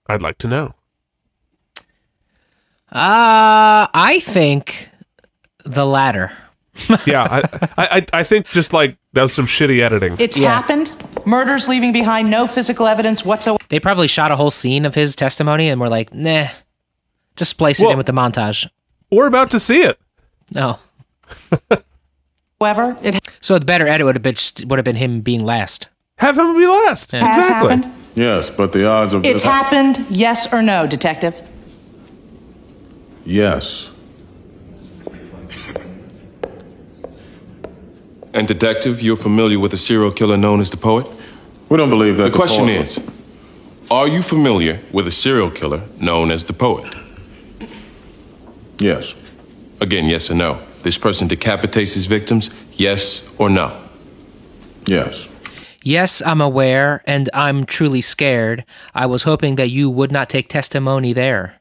S2: I'd like to know.
S4: Uh, I think the latter.
S2: yeah, I, I, I- I think just like that was some shitty editing.
S6: It's happened. Murders leaving behind no physical evidence whatsoever.
S4: They probably shot a whole scene of his testimony and were like, nah, just splice it in with the montage.
S2: We're about to see it.
S4: No.
S6: However, it
S4: so the better edit would have been would have been him being last.
S2: Have him be last.
S6: Has happened.
S16: Yes, but the odds of this
S6: It's happened. Yes or no, Detective?
S16: Yes.
S9: And detective, you're familiar with the serial killer known as the poet?
S16: We don't believe that
S9: The,
S16: the
S9: question
S16: poet
S9: is, are you familiar with a serial killer known as the poet?
S16: Yes.
S9: Again, yes or no. This person decapitates his victims, yes or no?
S16: Yes.
S4: Yes, I'm aware, and I'm truly scared. I was hoping that you would not take testimony there.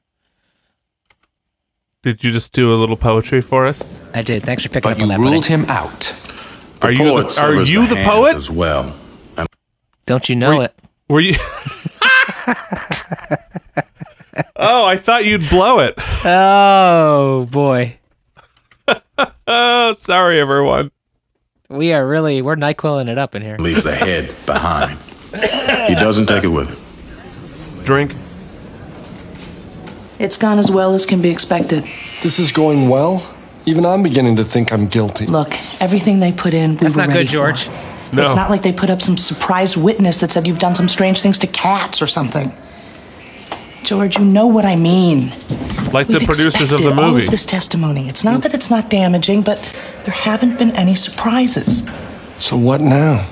S2: Did you just do a little poetry for us?
S4: I did. Thanks for picking up on that. buddy.
S13: him out.
S2: are you
S16: poet
S2: the, are
S16: severs
S2: you the,
S16: hands
S2: poet?
S16: As well.
S4: Don't you know it?
S2: Were you? oh, I thought you'd blow it.
S4: Oh boy.
S2: Oh, sorry, everyone.
S4: We are really we're Nyquiling it up in here.
S16: Leaves the head behind. He doesn't take it with him.
S2: Drink.
S6: It's gone as well as can be expected.
S12: This is going well. Even I'm beginning to think I'm guilty.
S6: Look, everything they put in, we
S12: That's
S6: were
S12: not good,
S6: ready for.
S12: George. No.
S6: It's not like they put up some surprise witness that said you've done some strange things to cats or something. George, you know what I mean.
S2: Like the
S6: We've
S2: producers of
S6: expected
S2: the
S6: All
S2: movie.
S6: of this testimony. It's not that it's not damaging, but there haven't been any surprises.
S12: So what now?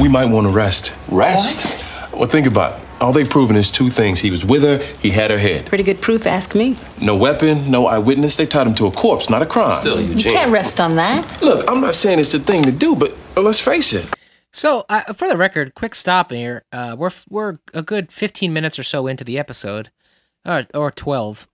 S9: We might want to rest. Rest? Well, think about it. All they've proven is two things. He was with her, he had her head.
S11: Pretty good proof, ask me.
S9: No weapon, no eyewitness. They tied him to a corpse, not a crime. Still,
S19: You can't rest on that.
S9: Look, I'm not saying it's the thing to do, but uh, let's face it.
S4: So, uh, for the record, quick stop here. Uh, we're we're a good fifteen minutes or so into the episode, or, or twelve,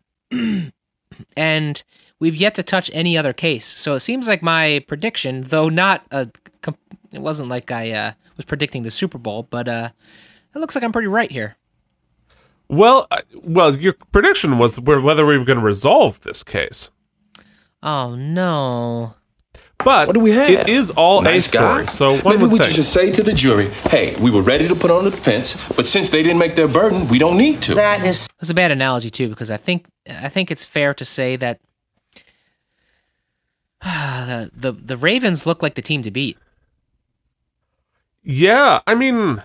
S4: and we've yet to touch any other case. So it seems like my prediction, though not a, com- it wasn't like I uh, was predicting the Super Bowl, but uh, it looks like I'm pretty right here.
S2: Well, I- well, your prediction was where- whether we were going to resolve this case.
S4: Oh no!
S2: But
S9: What do we have?
S2: it is all a story.
S9: guy.
S2: So one
S9: maybe
S2: would
S9: we
S2: think.
S9: should say to the jury, "Hey, we were ready to put on the defense, but since they didn't make their burden, we don't need to."
S4: That is that's a bad analogy too, because I think I think it's fair to say that the the, the Ravens look like the team to beat.
S2: yeah, I mean,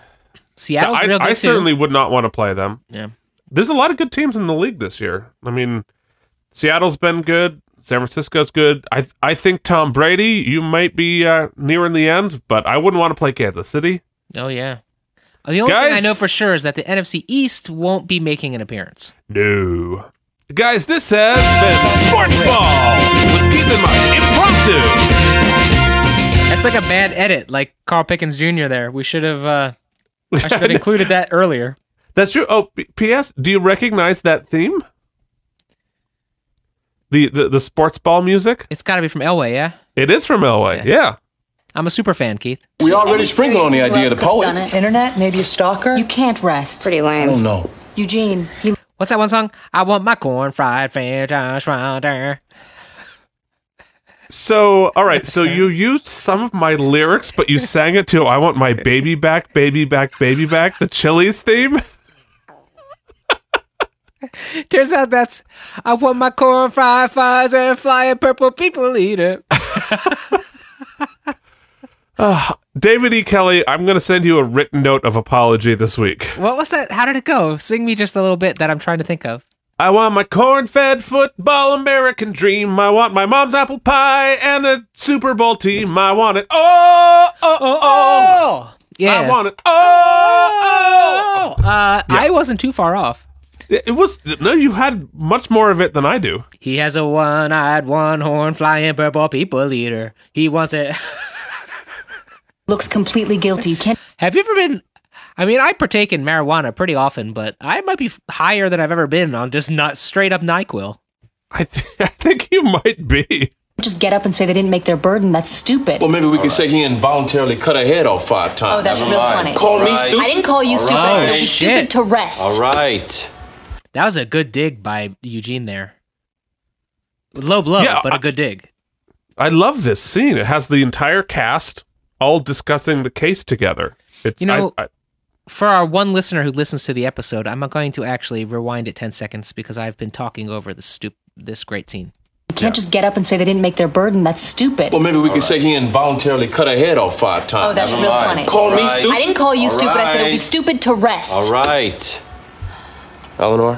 S4: Seattle's
S2: I,
S4: real good
S2: I
S4: too.
S2: certainly would not want to play them.
S4: Yeah.
S2: There's a lot of good teams in the league this year. I mean, Seattle's been good. San Francisco's good. I I think Tom Brady. You might be uh, nearing the end, but I wouldn't want to play Kansas City.
S4: Oh yeah. The only thing I
S2: Guys-
S4: know for sure is that the NFC East won't be making an appearance.
S2: No. Guys, this has been Sports Ball with Keith and Mike. Impromptu.
S4: That's like a bad edit, like Carl Pickens Jr. There, we should have. Uh, I should have included that earlier.
S2: That's true. Oh, P- P.S. Do you recognize that theme? The the, the sports ball music.
S4: It's got to be from Elway, yeah.
S2: It is from Elway. Yeah.
S4: I'm a super fan, Keith.
S9: We already sprinkled on the idea of the poet.
S6: Internet, maybe a stalker.
S19: You can't rest. Pretty
S9: I
S19: lame.
S9: don't know.
S19: Eugene, he
S4: What's that one song? I want my corn fried franchise flounder.
S2: So all right. So you used some of my lyrics, but you sang it to "I Want My Baby Back, Baby Back, Baby Back," the Chili's theme.
S4: Turns out that's I want my corn fried Pfizer flying purple people eater.
S2: Ah, David E. Kelly, I'm going to send you a written note of apology this week.
S4: What was that? How did it go? Sing me just a little bit that I'm trying to think of.
S2: I want my corn-fed football American dream. I want my mom's apple pie and a Super Bowl team. I want it. Oh, oh, oh.
S4: oh. Yeah.
S2: I want it. Oh,
S4: oh. Uh, I wasn't too far off.
S2: It it was no, you had much more of it than I do.
S4: He has a one-eyed, one-horn flying purple people eater. He wants it.
S19: looks completely guilty. You can't
S4: Have you ever been? I mean, I partake in marijuana pretty often, but I might be f- higher than I've ever been on just not straight up Nyquil.
S2: I think you might be.
S19: just get up and say they didn't make their burden. That's stupid.
S9: Well, maybe we could say he involuntarily cut her head off five times.
S19: Oh, that's
S9: Never
S19: real
S9: mind.
S19: funny.
S9: Call me stupid.
S19: I didn't call you stupid.
S2: Oh,
S19: I said
S4: right.
S19: it was stupid
S4: Shit.
S19: to rest.
S9: right.
S4: That was a good dig by Eugene there. Low blow,
S2: Yeah,
S4: but a
S2: I-
S4: good dig.
S2: I love this scene. It has the entire cast all discussing the case together. It's
S4: You know,
S2: I, I,
S4: For our one listener who listens to the episode, I'm going to actually rewind it 10 seconds because I've been talking over this stup- this great scene.
S19: You can't just get up and say they didn't make their burden. That's stupid.
S9: Well, maybe we could say he involuntarily cut her head off five times.
S19: Oh, that's
S9: Never
S19: real
S9: mind.
S19: funny.
S9: Call me stupid.
S19: I didn't call you
S9: All
S19: stupid. I said it would be
S9: right.
S19: stupid to rest.
S9: right. Eleanor,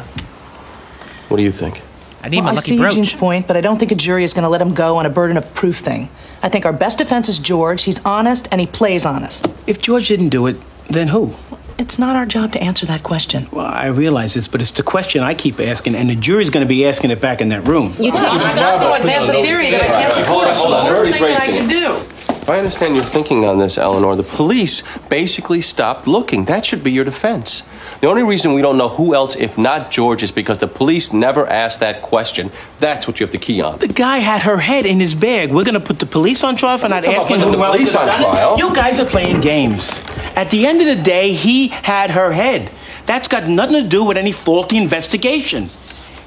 S9: what do you think?
S4: I need
S6: well,
S4: my
S6: I
S4: lucky
S6: see
S4: brooch.
S6: Eugene's point, but I don't think a jury is going to let him go on a burden of proof thing. I think our best defense is George. He's honest and he plays honest.
S20: If George didn't do it, then who?
S6: It's not our job to answer that question.
S20: Well, I realize this, but it's the question I keep asking, and the jury's going to be asking it back in that room.
S11: You
S20: took
S11: I'm
S20: not going to
S11: advance a theory that I can't
S9: Hold on, hold on. Very bracing.
S6: do.
S8: If I understand your thinking on this, Eleanor, the police basically stopped looking. That should be your defense. The only reason we don't know who else, if not George, is because the police never asked that question. That's what you have to key on.
S20: The guy had her head in his bag. We're going to put the police on trial for not
S8: talking
S20: asking
S8: about
S20: who
S8: putting
S20: else
S8: the police
S20: could have
S8: on
S20: done it.
S8: trial.
S20: You guys are playing games. At the end of the day, he had her head. That's got nothing to do with any faulty investigation.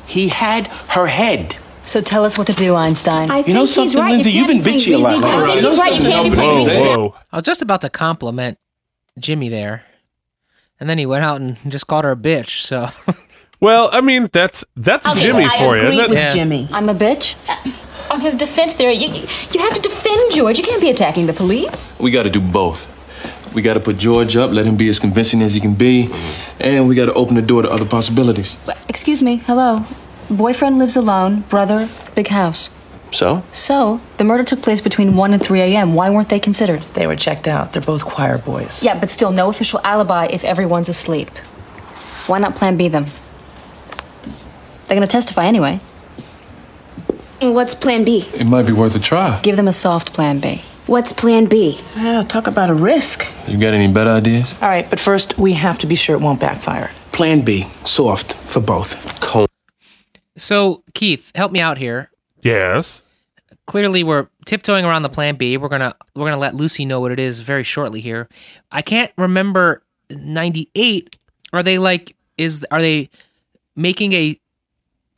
S20: He had her head.
S19: So tell us what to do, Einstein.
S20: You know something, Lindsay? You've been bitchy a lot.
S4: I was just about to compliment Jimmy there, and then he went out and just called her a bitch. So
S2: Well, I mean, that's that's
S11: Okay,
S2: Jimmy
S11: so I
S2: for you.
S11: agree
S2: isn't it?
S11: with Jimmy. Uh,
S19: I'm a bitch.
S11: On his defense, there you you have to defend George. You can't be attacking the police.
S9: We got to do both. We got to put George up, let him be as convincing as he can be,
S8: Mm-hmm.
S9: and we got to open the door to other possibilities.
S19: Excuse me. Hello. Boyfriend lives alone. Brother, big house.
S8: So?
S19: So the murder took place between 1 and 3 a.m. Why weren't they considered?
S21: They were checked out. They're both choir boys.
S19: Yeah, but still no official alibi if everyone's asleep. Why not plan B them? They're gonna testify anyway.
S22: What's plan B?
S9: It might be worth a try.
S19: Give them a soft plan B.
S22: What's plan B? talk about a risk.
S9: You got any better ideas?
S21: All right, but first we have to be sure it won't backfire.
S20: Plan B, soft for both.
S4: so Keith, help me out here.
S2: Yes.
S4: Clearly, we're tiptoeing around the plan B. We're gonna we're gonna let Lucy know what it is very shortly here. I can't remember ninety eight. Are they like is are they making a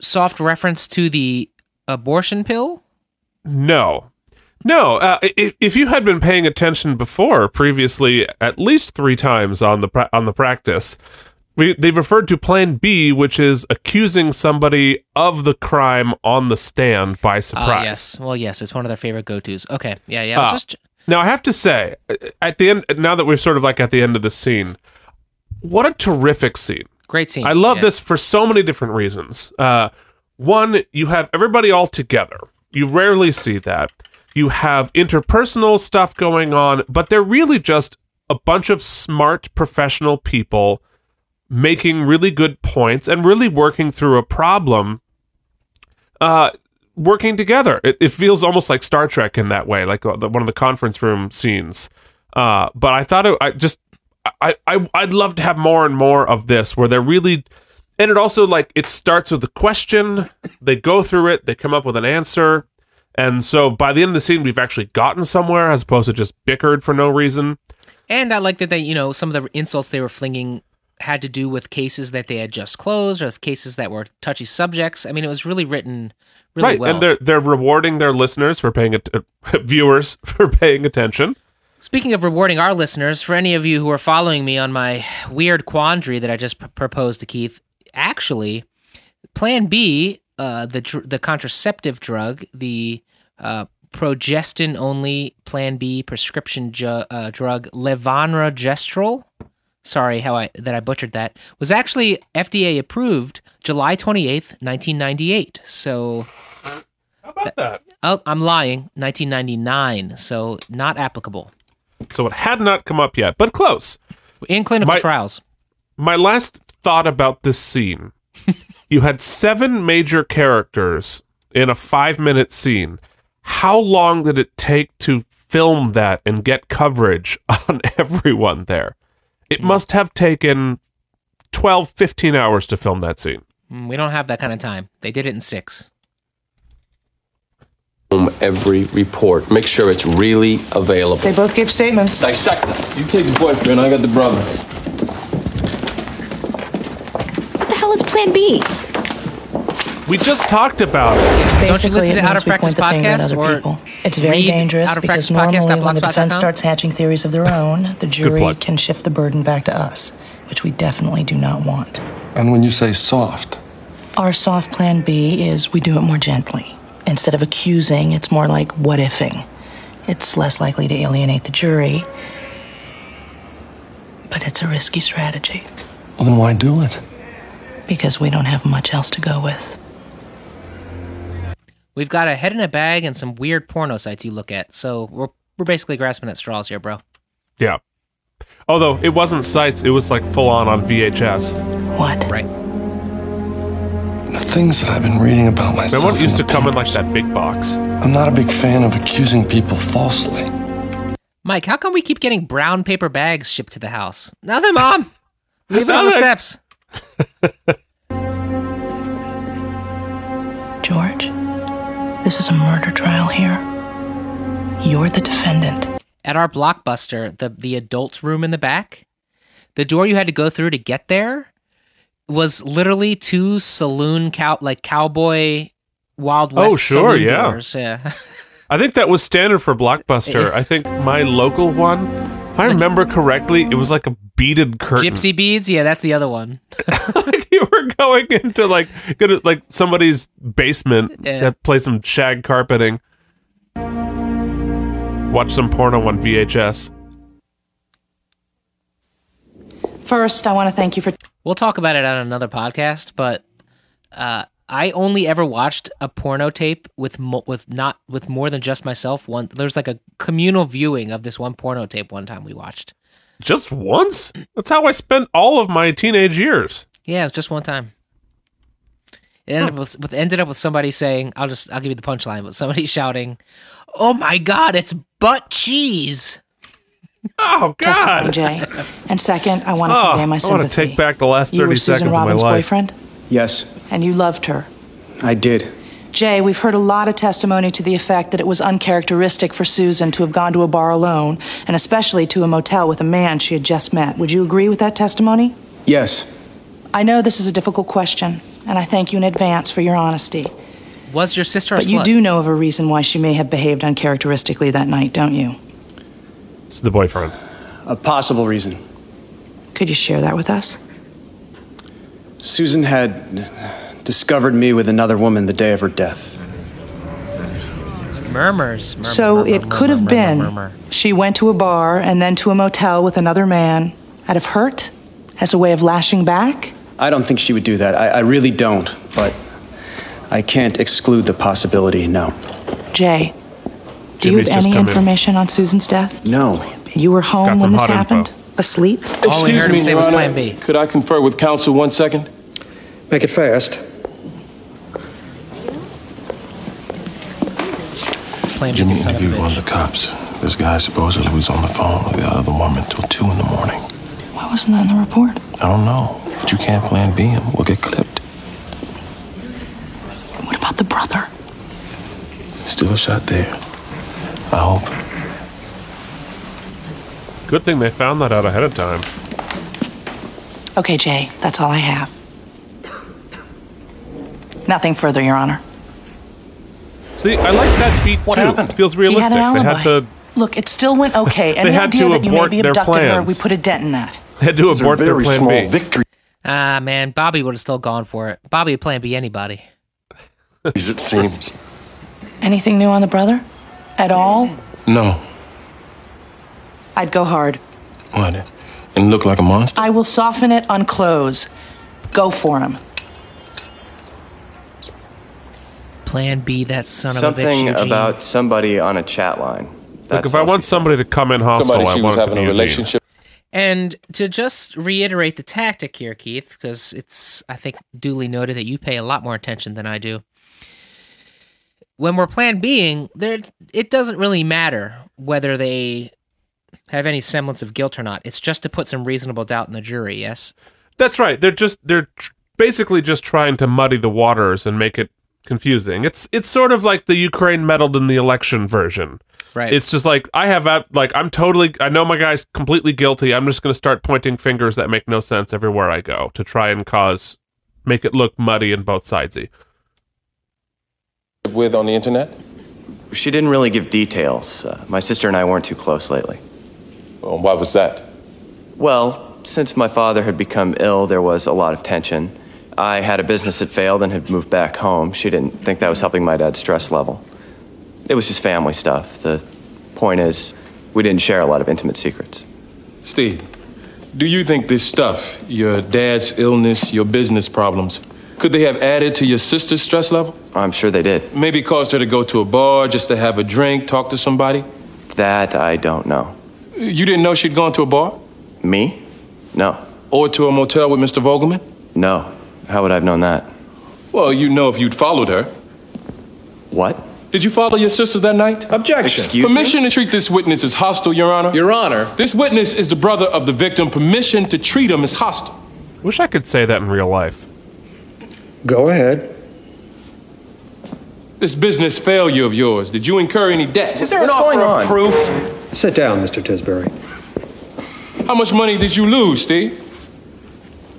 S4: soft reference to the abortion pill?
S2: No. No, uh, if, if you had been paying attention before, previously at least three times on the pra- on the practice, we, they referred to Plan B, which is accusing somebody of the crime on the stand by
S4: Ah,
S2: surprise.
S4: yes. Well, yes. It's one of their favorite go tos. Okay. Yeah. Yeah. I was
S2: Ah.
S4: just
S2: Now I have to say, uh, at the end, now that we're sort of like at the end of the scene, what a terrific scene!
S4: Great scene.
S2: I love
S4: Yeah.
S2: this for so many different reasons. Uh, one, you have everybody all together. You rarely see that. You have interpersonal stuff going on, but they're really just a bunch of smart professional people making really good points and really working through a problem uh, working together. It, it feels almost like Star Trek in that way, like uh, the, one of the conference room scenes. Uh, but I thought it, I just I, I I'd love to have more and more of this where they're really and it also like it starts with a question, they go through it, they come up with an answer, and so by the end of the scene we've actually gotten somewhere as opposed to just bickered for no reason.
S4: And I like that they, you know, some of the insults they were flinging had to do with cases that they had just closed or cases that were touchy subjects. I mean, it was really written really
S2: right,
S4: well.
S2: and they're they're rewarding their listeners for paying at- viewers for paying attention.
S4: Speaking of rewarding our listeners, for any of you who are following me on my weird quandary that I just p- proposed to Keith, actually, Plan B, uh, the dr- the contraceptive drug, the uh, progestin only Plan B prescription ju- uh, drug levonorgestrel. Sorry how I that I butchered that was actually FDA approved July twenty eighth, nineteen ninety eight. So
S2: how about that?
S4: Oh, I'm lying. Nineteen ninety nine. So not applicable.
S2: So it had not come up yet, but close.
S4: In clinical trials.
S2: My last thought about this scene you had seven major characters in a five minute scene. How long did it take to film that and get coverage on everyone there? It
S4: Hmm.
S2: must have taken 12, 15 hours to film that scene.
S4: Mm, We don't have that kind of time. They did it in six.
S8: Boom, every report. Make sure it's really available.
S21: They both gave statements.
S8: Dissect them. You take the boyfriend, I got the
S21: Um,
S8: brother.
S22: What the hell is plan B?
S2: We just talked about it.
S21: Basically,
S4: listen to
S21: it means
S4: Out of
S21: we
S4: Practice
S21: point the finger at
S4: podcasts
S21: other
S4: or
S21: people. It's very
S4: read
S21: dangerous
S4: Out of
S21: because
S4: Practice podcast
S21: normally when the
S4: dot
S21: defense
S4: blogspot.com?
S21: starts hatching theories of their own, the jury
S12: plug.
S21: can shift the burden back to us, which we definitely do not want.
S12: And when you say soft,
S21: Our soft plan B is we do it more gently. Instead of accusing, it's more like what ifing. It's less likely to alienate the jury, but it's a risky strategy
S12: well, then why do it?
S21: because we don't have much else to go with.
S4: We've got a head in a bag and some weird porno sites you look at. So we're we're basically grasping at straws here, bro.
S2: Yeah. Although it wasn't sites, it was like full on on VHS.
S21: What?
S4: Right.
S12: The things that I've been reading about myself.
S2: Now, what
S12: in
S2: used
S12: the
S2: to come in like that big box?
S12: I'm not a big fan of accusing people falsely.
S4: Mike, how come we keep getting brown paper bags shipped to the house? Nothing, mom. Leave it on the
S21: Nothing.
S4: steps.
S21: George, this is a murder trial here. You're the defendant.
S4: At our blockbuster, the the adult room in the back, the door you had to go through to get there was literally two saloon cow like cowboy Wild
S2: Oh,
S4: West
S2: sure,
S4: saloon
S2: yeah.
S4: doors. Yeah.
S2: I think that was standard for Blockbuster.
S4: Yeah.
S2: I think my local one, if I remember correctly, it was like a beaded curtain.
S4: Gypsy beads. Yeah, that's the other one.
S2: going into like gonna like somebody's basement
S4: Yeah.
S2: that play some shag carpeting. Watch some porno on VHS.
S21: First, I want to thank you for
S4: We'll talk about it on another podcast, but uh, I only ever watched a porno tape with mo- with not with more than just myself. One there's like a communal viewing of this one porno tape one time we watched.
S2: Just once? That's how I spent all of my teenage years.
S4: Yeah, it was just one time. It ended up with, with ended up with somebody saying, "I'll just I'll give you the punchline," but somebody shouting, "Oh my god, it's butt cheese!"
S2: Oh
S21: testifying, Jay. And second, I
S7: Oh,
S21: want to
S2: Ah,
S21: convey my
S2: I want to
S21: sympathy.
S2: take back the last
S21: you
S2: 30
S21: were
S2: seconds
S21: Susan
S2: of my
S21: Robbins'
S2: life.
S21: boyfriend,
S7: Yes,
S21: and you loved her.
S7: I did.
S21: Jay, we've heard a lot of testimony to the effect that it was uncharacteristic for Susan to have gone to a bar alone, and especially to a motel with a man she had just met. Would you agree with that testimony?
S7: Yes.
S21: I know this is a difficult question, and I thank you in advance for your honesty.
S4: Was your sister a
S21: But you
S4: slut?
S21: do know of a reason why she may have behaved uncharacteristically that night, don't you?
S2: It's the boyfriend.
S7: A possible reason.
S21: Could you share that with us?
S7: Susan had discovered me with another woman the day of her death.
S4: Murmurs. murmur,
S21: so
S4: murmur,
S21: it could have
S4: murmur,
S21: been
S4: murmur, murmur.
S21: she went to a bar and then to a motel with another man out of hurt, as a way of lashing back.
S7: I don't think she would do that. I, I really don't, but I can't exclude the possibility, no.
S21: Jay, do
S7: Jimmy's
S21: you have
S7: just
S21: any
S7: come in.
S21: information on Susan's death?
S7: No.
S21: You were home
S7: Got
S21: when
S7: some
S21: this
S7: hot info.
S21: happened? Asleep?
S9: Excuse me, Your Honor, Could I confer with counsel one second?
S23: Make it fast.
S4: Plan
S24: Jimmy interviewed one of the cops. This guy supposedly was on the phone with the other woman till two in the morning.
S21: Why wasn't that in the report?
S24: I don't know, but you can't plan B him. We'll get clipped.
S21: What about the brother?
S24: Still a shot there. I hope.
S2: Good thing they found that out ahead of time.
S21: Okay, Jay, that's all I have. Nothing further, Your Honor.
S2: See, I like that beat what too. Happened? Feels realistic.
S21: He had an
S2: they
S21: alibi.
S2: had to
S21: Look, it still went okay. And
S2: They
S21: the
S2: had
S21: idea
S2: to
S21: that you
S2: abort
S21: maybe
S2: their
S21: abducted her,
S2: plans.
S21: we put a dent in that.
S2: they had to abort their plan B.
S4: Ah, man, Bobby would have still gone for it. Bobby would plan B anybody.
S24: As it seems.
S21: Anything new on the brother? At all?
S24: No.
S21: I'd go hard.
S24: What? And look like a monster?
S21: I will soften it on clothes. Go for him.
S4: Plan B, that son of a bitch,
S1: Something
S4: Eugene.
S1: about somebody on a chat line.
S2: Look,
S1: That's
S2: if I want somebody to come in hostile,
S1: Somebody
S2: I
S1: she
S2: want
S1: was
S2: it to
S1: having
S2: be
S1: a
S2: Eugene.
S1: relationship
S4: And to just reiterate the tactic here, Keith, because it's, I think, duly noted that you pay a lot more attention than I do. When we're plan Bing, there, it doesn't really matter whether they have any semblance of guilt or not. It's just to put some reasonable doubt in the jury, yes?
S2: That's right. They're just they're tr- basically just trying to muddy the waters and make it confusing. It's it's sort of like the Ukraine meddled in the election version.
S4: Right.
S2: It's just like I have ab- like I'm totally I know my guy's completely guilty. I'm just going to start pointing fingers that make no sense everywhere I go to try and cause make it look muddy and both sidesy.
S1: with on the internet? She didn't really give details. Uh, my sister and I weren't too close lately. Well, why was that? Well, since my father had become ill, there was a lot of tension. I had a business that failed and had moved back home. She didn't think that was helping my dad's stress level. It was just family stuff. The point is, we didn't share a lot of intimate secrets.
S9: Steve, do you think this stuff, your dad's illness, your business problems, could they have added to your sister's stress level?
S1: I'm sure they did.
S9: Maybe caused her to go to a bar just to have a drink, talk to somebody?
S1: That I don't know.
S9: You didn't know she'd gone to a bar?
S1: Me? No.
S9: Or to a motel with Mr. Vogelman?
S1: No. How would I have known that?
S9: Well, you know if you'd followed her.
S1: What?
S9: Did you follow your sister that night? Objection.
S1: Excuse me?
S9: Permission to treat this witness as hostile, Your Honor. Your Honor. This witness is the brother of the victim. Permission to treat him as hostile.
S2: Wish I could say that in real life.
S9: Go ahead. This business failure of yours, did you incur any debt?
S1: Is there An what's going offer of on?
S9: proof?
S23: Sit down, Mr. Tisbury.
S9: How much money did you lose, Steve?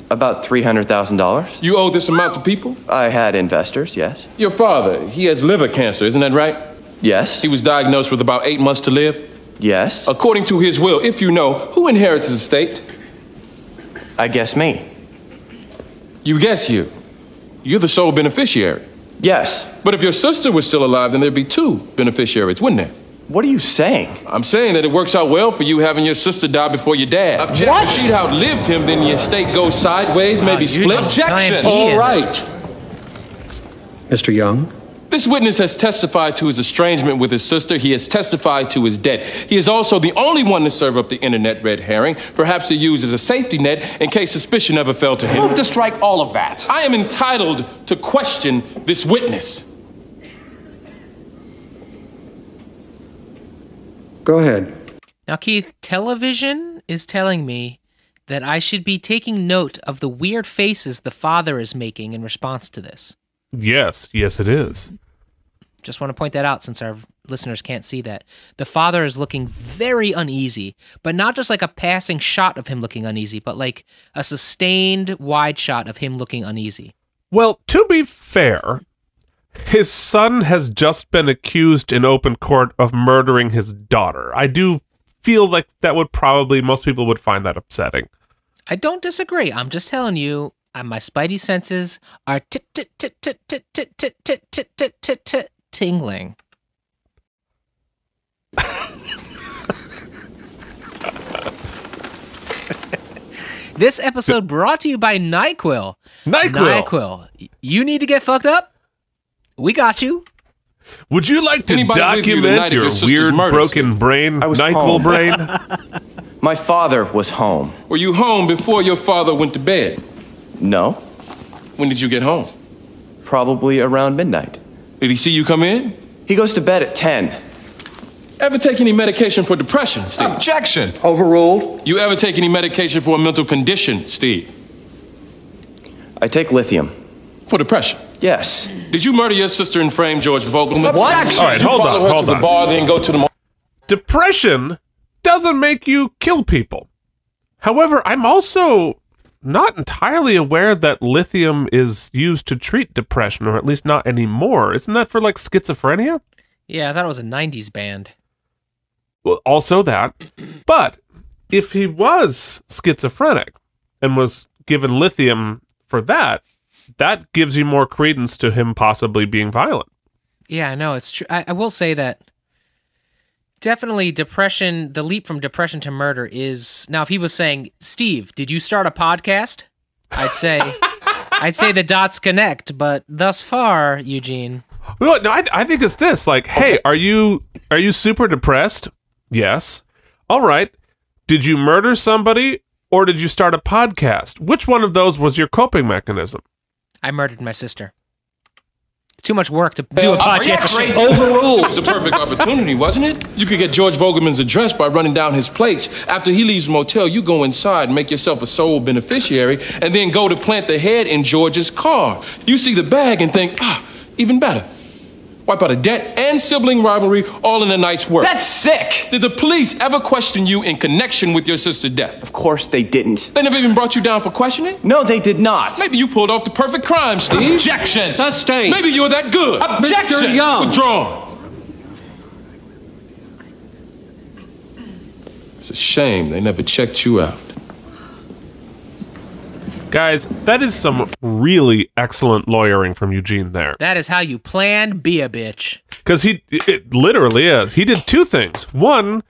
S1: About $300,000.
S9: You owe this amount to people?
S1: I had investors, yes.
S9: Your father, he has liver cancer, isn't that right?
S1: Yes.
S9: He was diagnosed with about eight months to live?
S1: Yes.
S9: According to his will, if you know, who inherits his estate?
S1: I guess me.
S9: You guess you. You're the sole beneficiary.
S1: Yes.
S9: But if your sister was still alive, then there'd be two beneficiaries, wouldn't there?
S1: What are you saying?
S9: I'm saying that it works out well for you having your sister die before your dad. Objection. What? If she'd outlived him, then the estate goes sideways, maybe
S3: Ah,
S9: split. Objection.
S14: All right. Mr. Young?
S9: This witness has testified to his estrangement with his sister. He has testified to his debt. He is also the only one to serve up the internet red herring, perhaps to use as a safety net in case suspicion ever fell to him.
S3: Move to strike all of that.
S9: I am entitled to question this witness.
S14: Go ahead.
S4: Now, Keith, television is telling me that I should be taking note of the weird faces the father is making in response to this.
S2: Yes, yes, it is.
S4: Just want to point that out since our listeners can't see that. The father is looking very uneasy, but not just like a passing shot of him looking uneasy, but like a sustained wide shot of him looking uneasy.
S2: Well, to be fair, his son has just been accused in open court of murdering his daughter. I do feel like that would probably, most people would find that upsetting.
S4: I don't disagree. I'm just telling you, uh, my spidey senses are tit tit tit tit tit tit tit tit tit tit tit tit tingling. This episode brought to you by NyQuil.
S2: NyQuil.
S4: NyQuil. Y- You need to get fucked up? We got you.
S2: Would you like to
S4: Anybody with you
S2: document
S4: tonight if
S2: your,
S4: your sister's
S2: weird
S4: murdered?
S2: broken brain,
S1: was
S2: NyQuil
S1: home.
S2: brain?
S1: My father was home.
S9: Were you home before your father went to bed?
S1: No,
S9: When did you get home?
S1: probably around midnight.
S9: Did he see you come in?
S1: He goes to bed at 10.
S9: Ever take any medication for depression, Steve? Objection. Overruled. You ever take any medication for a mental condition, Steve?
S1: I take lithium.
S9: For depression?
S1: Yes.
S9: Did you murder your sister and frame George Vogelman?
S1: What? All right,
S9: You
S2: hold
S9: follow
S2: on,
S9: her
S2: hold
S9: to
S2: on.
S9: the bar, then go to the mall.
S2: Depression doesn't make you kill people. However, I'm also not entirely aware that lithium is used to treat depression, or at least not anymore. Isn't that for like schizophrenia?
S4: Yeah, I thought it was a 90s band.
S2: Well, also that. But if he was schizophrenic and was given lithium for that, that gives you more credence to him possibly being violent.
S4: Yeah, I know it's true. I, I will say that definitely depression. The leap from depression to murder is now. If he was saying, "Steve, did you start a podcast?" I'd say, I'd say the dots connect. But thus far, Eugene,
S2: Well, no, I, I think it's this. Like, hey, are you are you super depressed? Yes. All right. Did you murder somebody or did you start a podcast? Which one of those was your coping mechanism?
S4: I murdered my sister. Too much work to do a
S9: It's
S4: podcast.
S9: overruled. It was a perfect opportunity, wasn't it? You could get George Vogelman's address by running down his plates. After he leaves the motel, you go inside and make yourself a sole beneficiary, and then go to plant the head in George's car. You see the bag and think, ah, even better. Wipe out a debt and sibling rivalry all in a night's work.
S1: That's sick!
S9: Did the police ever question you in connection with your sister's death?
S1: Of course they didn't.
S9: They never even brought you down for questioning?
S1: No, they did not.
S9: Maybe you pulled off the perfect crime, Steve.
S3: Objection.
S9: Sustained. Maybe you're that good.
S3: Objection.
S9: Mr. Young. Withdrawn. It's a shame they never checked you out.
S2: Guys, that is some really excellent lawyering from Eugene there.
S4: That is how you plan. Be a bitch.
S2: Because he, it literally is. He did two things. One,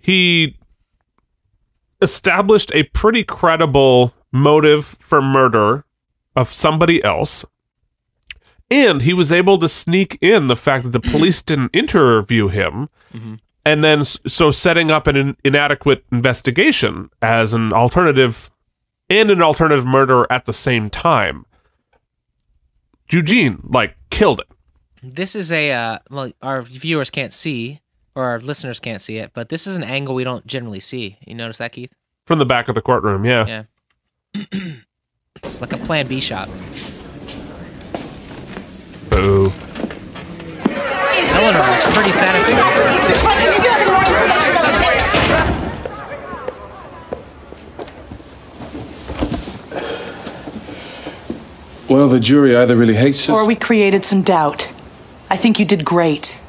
S2: he established a pretty credible motive for murder of somebody else. And he was able to sneak in the fact that the police didn't interview him. And then, s- so setting up an in- inadequate investigation as an alternative and an alternative murder at the same time. Eugene, like, killed it.
S4: This is a uh, well, our viewers can't see or our listeners can't see it, but this is an angle we don't generally see. You notice that, Keith?
S2: From the back of the courtroom, yeah.
S4: Yeah. It's like a Plan B shot.
S2: Boo.
S4: Eleanor was pretty satisfied.
S9: Well, the jury either really hates us.
S21: Or we created some doubt. I think you did great.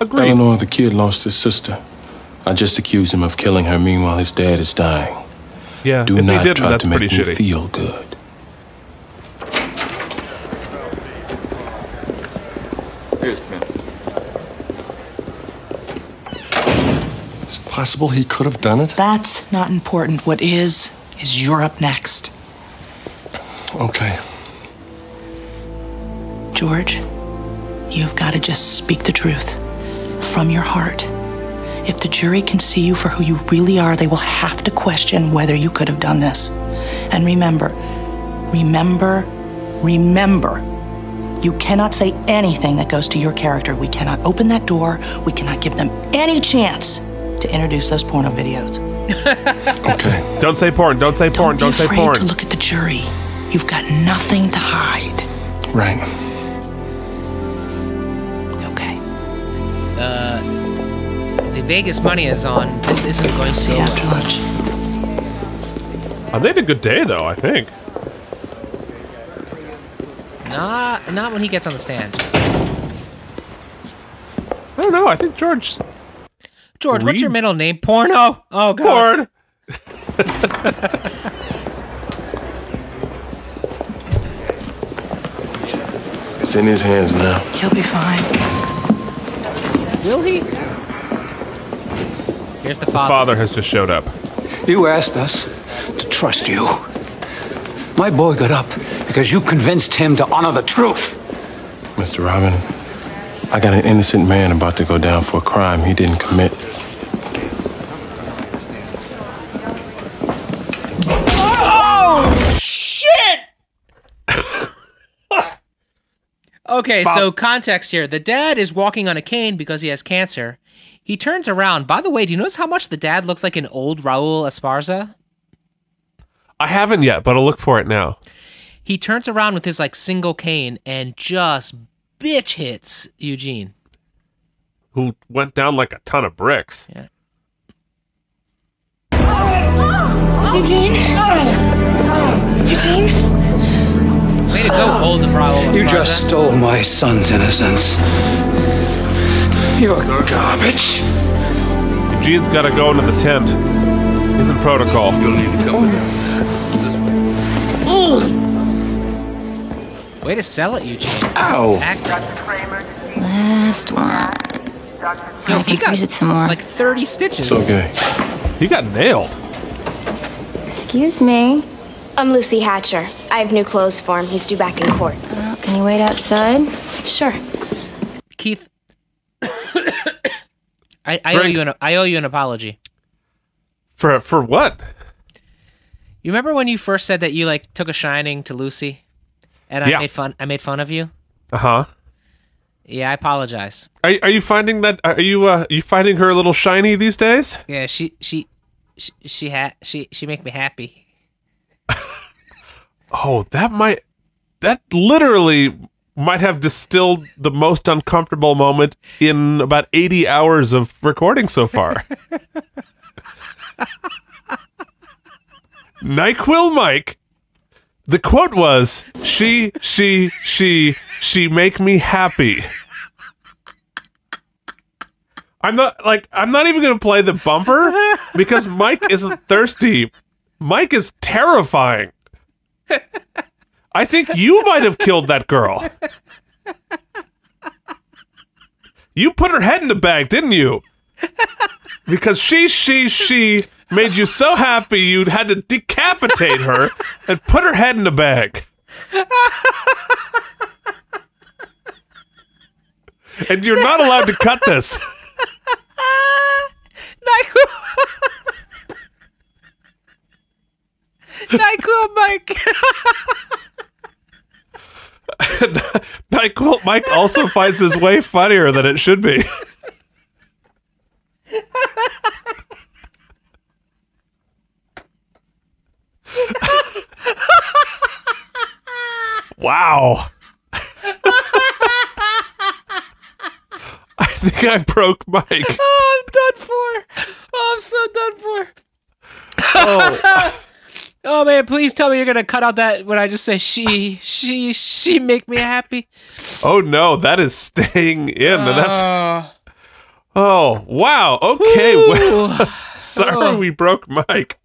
S9: Eleanor, the kid lost his sister. I just accused him of killing her. Meanwhile, his dad is dying.
S2: Yeah,
S9: Do
S2: if they
S9: not
S2: didn't,
S9: try
S2: that's
S9: to make
S2: pretty
S9: me
S2: shitty.
S9: feel good.
S3: It's possible he could have done it.
S21: That's not important. What is, is you're up next.
S3: Okay.
S21: George, you've got to just speak the truth from your heart. If the jury can see you for who you really are, they will have to question whether you could have done this. And remember, remember, remember, you cannot say anything that goes to your character. We cannot open that door. We cannot give them any chance to introduce those porno videos.
S2: Don't say porn. Don't say porn. Don't say
S21: afraid
S2: porn.
S21: to look at the jury. You've got nothing to hide.
S3: Right.
S4: Uh, the Vegas money is on. This isn't going to go after
S21: lunch.
S2: Uh, they had a good day though. I think.
S4: Not, not when he gets on the stand.
S2: I don't know. I think George.
S4: George, what's your
S2: reads-
S4: middle name? Porno. Oh God.
S25: It's in his hands now.
S21: He'll be fine.
S4: Will he? Here's the
S2: father. father has just showed up.
S23: You asked us to trust you. My boy got up because you convinced him to honor the truth.
S25: Mr. Robin, I got an innocent man about to go down for a crime he didn't commit.
S4: Oh shit! okay, so context here: the dad is walking on a cane because he has cancer. He turns around. By the way, do you notice how much the dad looks like an old Raul Esparza?
S2: I haven't yet, but I'll look for it now.
S4: He turns around with his like single cane and just bitch hits Eugene.
S2: Who went down like a ton of bricks?
S4: Yeah.
S26: Eugene? Eugene?
S4: Way to go, old Raul.
S23: You
S4: Esparza.
S23: just stole my son's innocence. You're garbage.
S2: Gene's got to go into the tent. He's in protocol. You'll need to come
S4: Way to sell it, Eugene.
S2: Ow.
S4: That's act-
S5: Last one.
S4: Yo,
S5: I
S4: he
S5: can
S4: got
S5: use it some more.
S4: like thirty stitches.
S2: He got nailed.
S22: Excuse me. I'm Lucy Hatcher. I have new clothes for him. He's due back in court. can you wait outside? Sure.
S4: Keith, I, I owe you an I owe you an apology.
S2: For for what?
S4: You remember when you first said that you like took a shining to Lucy, and I
S2: Yeah.
S4: made fun I made fun of you.
S2: Uh huh.
S4: Yeah, I apologize.
S2: Are, are you finding that? Are you uh you finding her a little shiny these days?
S4: Yeah, she she she she ha- she she make me happy.
S2: Oh, that might that literally might have distilled the most uncomfortable moment in about 80 hours of recording so far. NyQuil Mike. The quote was, "She she she she make me happy." I'm not like I'm not even going to play the bumper because Mike isn't thirsty. Mike is terrifying. I think you might have killed that girl. You put her head in the bag, didn't you? Because she, she, she made you so happy you had to decapitate her and put her head in the bag. And you're not allowed to cut this.
S4: Nyquil, Mike.
S2: Nyquil Mike also finds this way funnier than it should be. wow. I think I broke Mike.
S4: oh, I'm done for. Oh, I'm so done for.
S2: Oh.
S4: Oh man, please tell me you're gonna cut out that when I just say she, she, she make me happy.
S2: Oh no, that is staying in, and
S4: Uh.
S2: that's. Oh wow! Okay, well, sorry
S4: Oh.
S2: we broke Ah. Mike.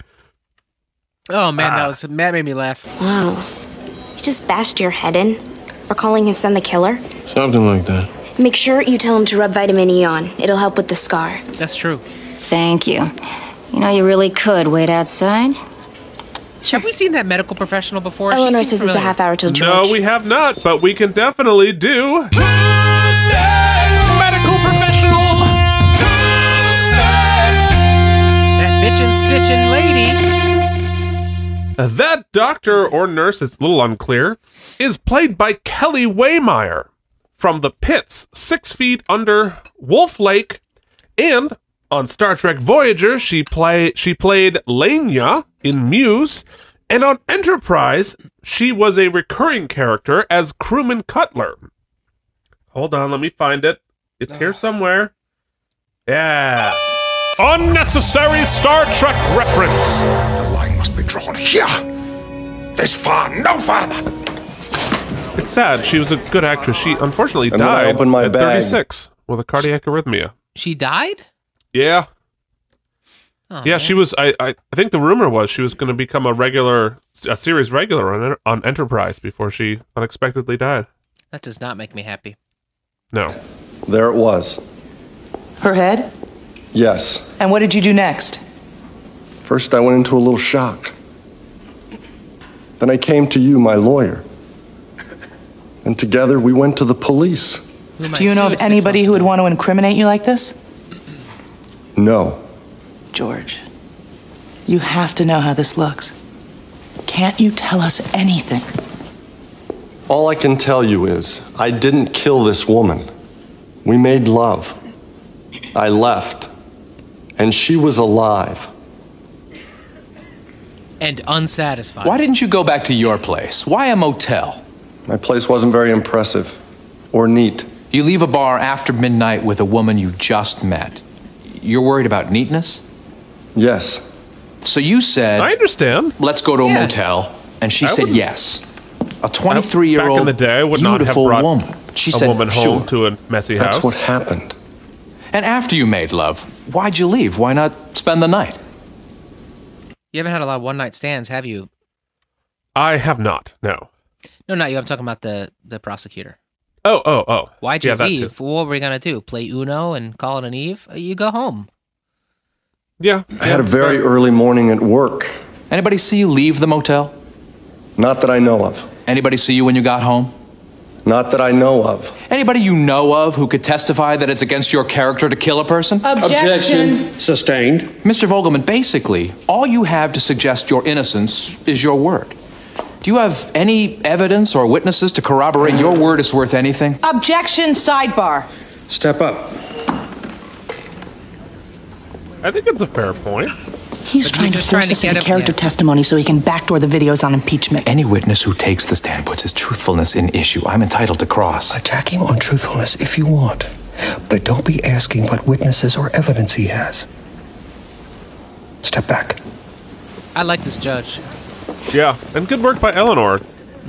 S4: Oh man, that was that made me laugh.
S22: Wow. You just bashed your head in for calling his son the killer?
S16: Something like that.
S22: Make sure you tell him to rub vitamin E on. It'll help with the scar.
S4: That's true.
S19: Thank you. You know, you really could wait outside.
S4: Have we seen that medical professional before? She
S22: Eleanor
S4: seemed
S22: says Oh, it's a
S4: familiar.
S22: half hour till
S2: No, we have not, but we can definitely do.
S4: medical professional. That bitchin' stitchin' lady.
S2: That doctor or nurse, it's a little unclear, is played by Kelly Waymeyer from The Pits, Six Feet Under, Wolf Lake, and on Star Trek Voyager, she play she played Lenya in Muse, and on Enterprise, she was a recurring character as crewman Cutler. Hold on, let me find it. It's here somewhere. Yeah.
S3: Unnecessary Star Trek reference. The line must be drawn here. This far, no farther.
S2: It's sad. She was a good actress. She unfortunately
S16: And when I
S2: died
S16: opened my
S2: at
S16: bag-
S2: 36 with a cardiac arrhythmia.
S4: She died.
S2: Yeah.
S4: Oh,
S2: yeah, she was. I, I I think the rumor was she was going to become a regular, a series regular on Enter- on Enterprise before she unexpectedly died.
S4: That does not make me happy.
S2: No.
S3: There it was.
S21: Her head?
S3: Yes.
S21: And what did you do next?
S3: First, I went into a little shock. Then I came to you, my lawyer. And together we went to the police.
S21: Do you know of anybody who would want to incriminate you like this?
S3: No.
S21: George, you have to know how this looks. Can't you tell us anything?
S3: All I can tell you is I didn't kill this woman. We made love. I left. And she was alive.
S4: And unsatisfied.
S13: Why didn't you go back to your place? Why a motel?
S3: My place wasn't very impressive or neat.
S13: You leave a bar after midnight with a woman you just met. You're worried about neatness?
S3: Yes.
S13: So you said I
S2: understand.
S13: Let's go to a
S2: Yeah.
S13: motel, and she
S2: I
S13: said
S2: wouldn't-
S13: yes. A 23 year
S2: Back
S13: old
S2: in the day, I would not have
S13: beautiful
S2: brought
S13: woman. She
S2: a
S13: said
S2: woman
S13: sure.
S2: home to a messy house.
S3: happened.
S13: And after you made love, why'd you leave? Why not spend the night?
S4: You haven't had a lot of one night stands, have you?
S2: I have not. No.
S4: No, not you. I'm talking about the the prosecutor.
S2: Oh oh oh.
S4: Why'd you
S2: Yeah, that too.
S4: leave? What were we gonna do? Play Uno and call it an eve? Uh, You go home.
S2: Yeah.
S3: I had a very early morning at work.
S13: Anybody see you leave the motel?
S3: Not that I know of.
S13: Anybody see you when you got home?
S3: Not that I know of.
S13: Anybody you know of who could testify that it's against your character to kill a person?
S10: Objection.
S13: Sustained. Mr. Vogelman, basically, all you have to suggest your innocence is your word. Do you have any evidence or witnesses to corroborate your word is worth anything?
S21: Objection, sidebar.
S13: Step up.
S2: I think it's a fair point.
S21: He's trying to
S2: just
S21: force
S2: trying to
S21: us
S2: get
S21: into
S2: him-
S21: character testimony so he can backdoor the videos on impeachment.
S13: Any witness who takes the stand puts his truthfulness in issue. I'm entitled to cross.
S23: Attacking on truthfulness if you want, but don't be asking what witnesses or evidence he has. Step back.
S4: I like this judge.
S2: Yeah, and good work by Eleanor,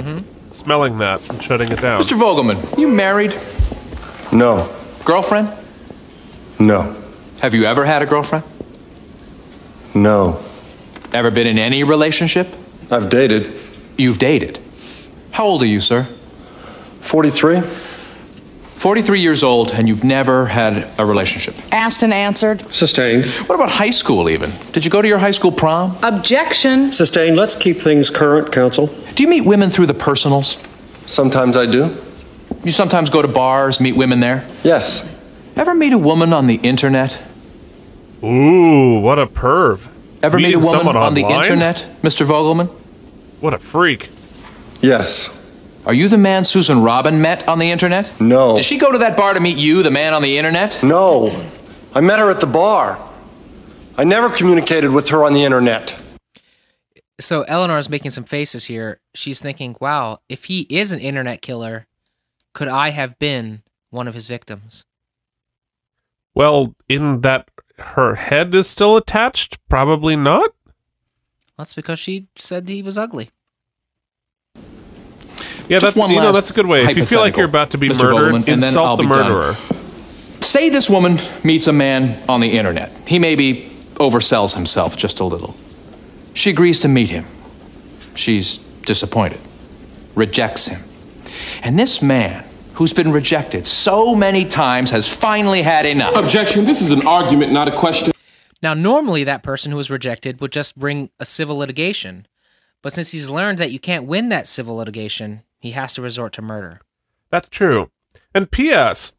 S4: Mhm.
S2: smelling that and shutting it down.
S13: Mr. Vogelman, you married?
S3: No.
S13: Girlfriend?
S3: No.
S13: Have you ever had a girlfriend?
S3: No.
S13: Ever been in any relationship?
S3: I've dated.
S13: You've dated? How old are you, sir?
S3: 43.
S13: 43 years old, and you've never had a relationship.
S21: Asked and answered.
S13: Sustained. What about high school, even? Did you go to your high school prom?
S21: Objection.
S13: Sustained. Let's keep things current, Counsel. Do you meet women through the personals?
S3: Sometimes I do.
S13: You sometimes go to bars, meet women there?
S3: Yes.
S13: Ever meet a woman on the internet?
S2: Ooh, what a perv.
S13: Ever meet a
S2: Meeting
S13: woman
S2: someone
S13: on the
S2: online?
S13: internet, Mr. Vogelman?
S2: What a freak.
S3: Yes.
S13: Are you the man Susan Robin met on the internet?
S3: No.
S13: Did she go to that bar to meet you, the man on the internet?
S3: No. I met her at the bar. I never communicated with her on the internet.
S4: So Eleanor is making some faces here. She's thinking, "Wow, if he is an internet killer, could I have been one of his victims?"
S2: Well, in that her head is still attached, probably not.
S4: That's because she said he was ugly.
S2: Yeah,
S4: Just
S2: that's
S4: one
S2: you know
S4: last
S2: that's a good way. If you feel like
S13: hypothetical,
S2: you're about to be
S13: Mr.
S2: murdered,
S13: Vogelman, and then I'll
S2: insult the
S13: be done.
S2: murderer.
S13: Say this woman meets a man on the internet. He maybe oversells himself just a little. She agrees to meet him. She's disappointed, rejects him. And this man, who's been rejected so many times, has finally had enough.
S9: Objection. This is an argument, not a question.
S4: Now, normally that person who was rejected would just bring a civil litigation, but since he's learned that you can't win that civil litigation, he has to resort to murder.
S2: That's true. And P.S.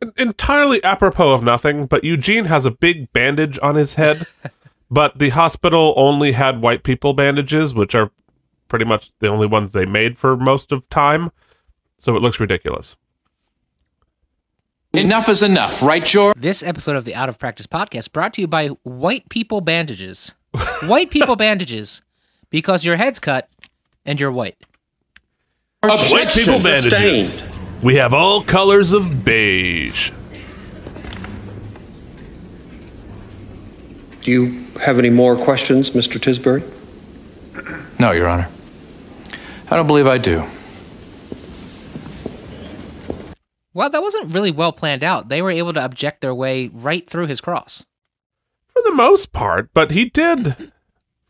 S2: en- Entirely apropos of nothing, but Eugene has a big bandage on his head. but the hospital only had white people bandages, which are pretty much the only ones they made for most of time. So it looks ridiculous.
S13: Enough is enough, right, George?
S4: This episode of the Out of Practice podcast brought to you by White People Bandages. White People Bandages, because your head's cut and you're white.
S2: White people bandages. We have all colors of beige.
S23: Do you have any more questions, Mr. Tisbury?
S13: No, Your Honor. I don't believe I do.
S4: Well, that wasn't really well planned out. They were able to object their way right through his cross.
S2: for the most part, but he did.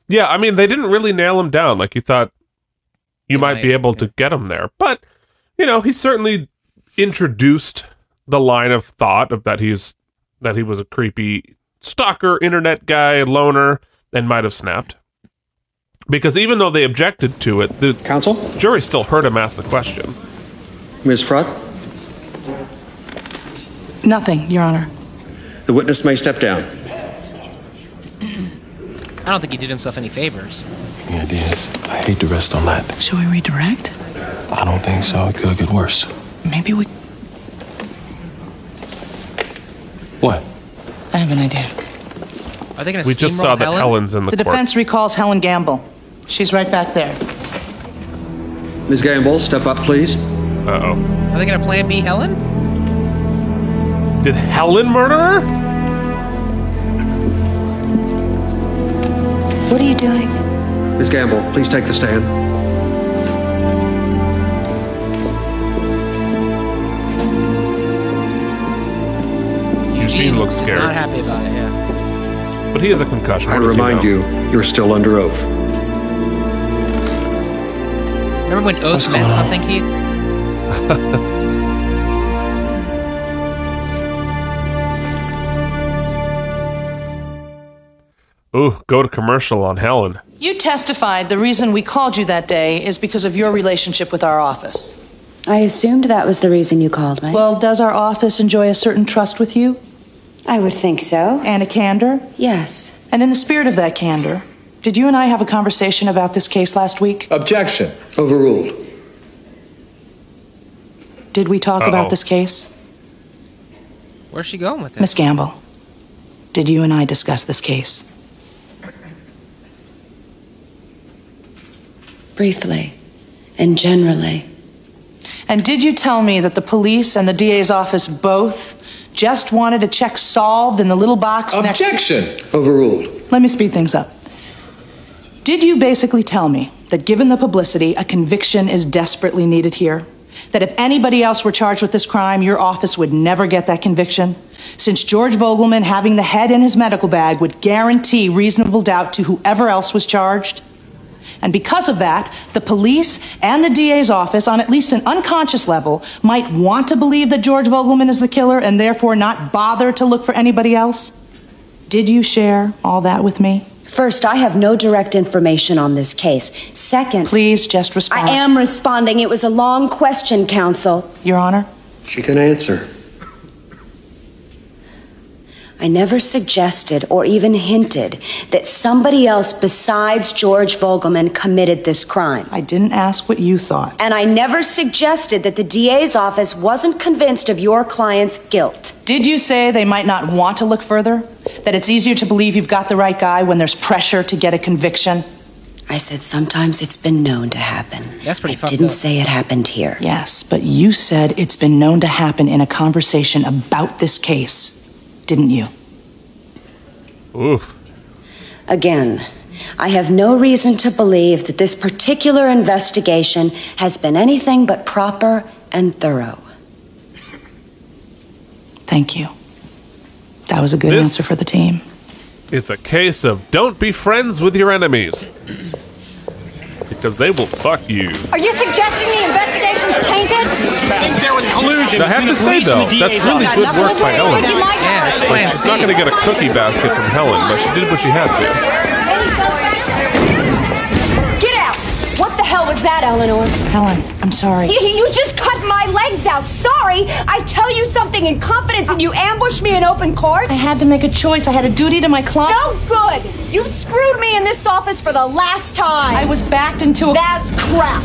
S2: Yeah, I mean, they didn't really nail him down like you thought you might, be able to get him there. But, you know, he certainly introduced the line of thought of that he's that he was a creepy stalker, internet guy, loner, and might have snapped. Because even though they objected to it, the
S23: counsel
S2: jury still heard him ask the question.
S23: Ms. Frott?
S21: Nothing, Your Honor.
S23: The witness may step down.
S4: I don't think he did himself any favors.
S16: Any ideas? I hate to rest on that.
S21: Should we redirect?
S16: I don't think so. It could get worse.
S21: Maybe we.
S16: What?
S21: I have an idea.
S4: Are they going
S2: We just saw that Helen's in the,
S21: The
S2: court.
S21: defense recalls Helen Gamble. She's right back there.
S23: Ms. Gamble, step up, please.
S2: Uh oh.
S4: Are they going to plan B Helen?
S2: Did Helen murder her?
S23: What are you doing? Ms. Gamble, please take the stand.
S2: Eugene looks
S4: He's
S2: scared.
S4: not happy about it, yeah.
S2: But he is a concussion.
S23: I
S2: What does he
S23: remind
S2: know?
S23: you, you're still under oath.
S4: Remember when oath meant something, Keith?
S2: Ooh, go to commercial on Helen.
S21: You testified the reason we called you that day is because of your relationship with our office.
S10: I assumed that was the reason you called me.
S21: Well, does our office enjoy a certain trust with you?
S10: I would think so.
S21: And a candor?
S10: Yes.
S21: And in the spirit of that candor, did you and I have a conversation about this case last week?
S23: Objection. Overruled.
S21: Did we talk
S23: Uh-oh.
S21: about this case?
S4: Where's she going with it?
S21: Miss Gamble, did you and I discuss this case?
S10: Briefly and generally.
S21: And did you tell me that the police and the DA's office both just wanted a check solved in the little box next to
S23: Objection. Overruled.
S21: Let me speed things up. Did you basically tell me that given the publicity, a conviction is desperately needed here? That if anybody else were charged with this crime, your office would never get that conviction? Since George Vogelman having the head in his medical bag would guarantee reasonable doubt to whoever else was charged? And because of that, the police and the DA's office, on at least an unconscious level, might want to believe that George Vogelman is the killer and therefore not bother to look for anybody else? Did you share all that with me?
S10: First, I have no direct information on this case. Second,
S21: please just respond.
S10: I am responding. It was a long question, counsel.
S21: Your Honor?
S23: She can answer.
S10: I never suggested or even hinted that somebody else besides George Vogelman committed this crime.
S21: I didn't ask what you thought.
S10: And I never suggested that the DA's office wasn't convinced of your client's guilt.
S21: Did you say they might not want to look further? That it's easier to believe you've got the right guy when there's pressure to get a conviction?
S10: I said sometimes it's been known to happen.
S4: That's pretty
S10: I didn't say it happened here.
S21: Yes, but you said it's been known to happen in a conversation about this case, didn't you?
S2: Oof.
S10: Again,
S27: I have no reason to believe that this particular investigation has been anything but proper and thorough.
S21: Thank you. That was a good
S2: This-
S21: answer for the team.
S2: It's a case of don't be friends with your enemies. Because they will fuck you.
S10: Are you suggesting the investigation's tainted?
S9: There was collusion.
S2: I have to say, though, that's really good work by Helen. Like, she's not going to get a cookie basket from Helen, but she did what she had to.
S10: Get out! What the hell was that, Eleanor?
S21: Helen, I'm sorry.
S10: You, you just cut my legs out. Sorry, I tell you something in confidence and you ambush me in open court? I had to make a choice. I had a duty to my client. No good! You've screwed me in this office for the last time. I was backed into a. That's crap.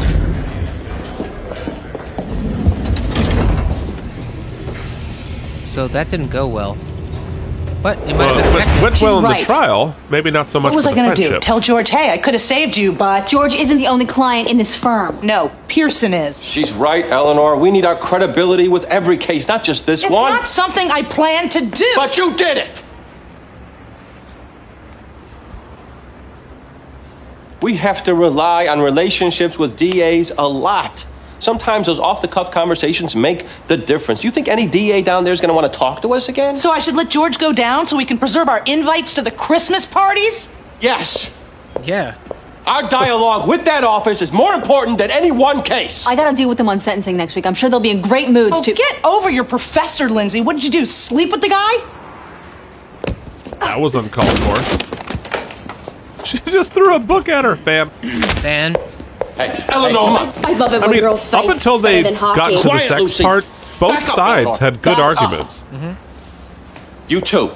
S4: So that didn't go well. But it might
S2: Well,
S4: have been
S2: went, went
S21: She's
S2: well in
S21: right.
S2: the trial, maybe not so much
S21: What was
S2: for
S21: I
S2: the
S21: going to do?
S2: friendship.
S21: Tell George, hey, I could have saved you, but. George isn't the only client in this firm. No, Pearson is.
S28: She's right, Eleanor. We need our credibility with every case, not just this
S21: It's
S28: one.
S21: not something I planned to do.
S28: But you did it! We have to rely on relationships with DAs a lot. Sometimes those off the cuff conversations make the difference. You think any DA down there is going to want to talk to us again?
S21: So I should let George go down so we can preserve our invites to the Christmas parties?
S28: Yes.
S4: Yeah.
S28: Our dialogue with that office is more important than any one case.
S19: I gotta deal with them on sentencing next week. I'm sure they'll be in great moods
S21: Oh,
S19: to.
S21: get over your professor, Lindsay. What did you do? Sleep with the guy?
S2: That was uncalled for. She just threw a book at her, fam.
S4: Fan.
S28: Hey,
S2: Eleanor.
S19: I love it
S2: I
S19: when
S2: mean,
S19: girls fight.
S2: up until
S19: It's better
S2: they
S19: than hockey.
S2: got to the sex
S28: Lucy.
S2: part, both
S28: Back up,
S2: sides
S28: Eleanor.
S2: had good
S28: Back up. Mm-hmm.
S2: arguments.
S28: You too.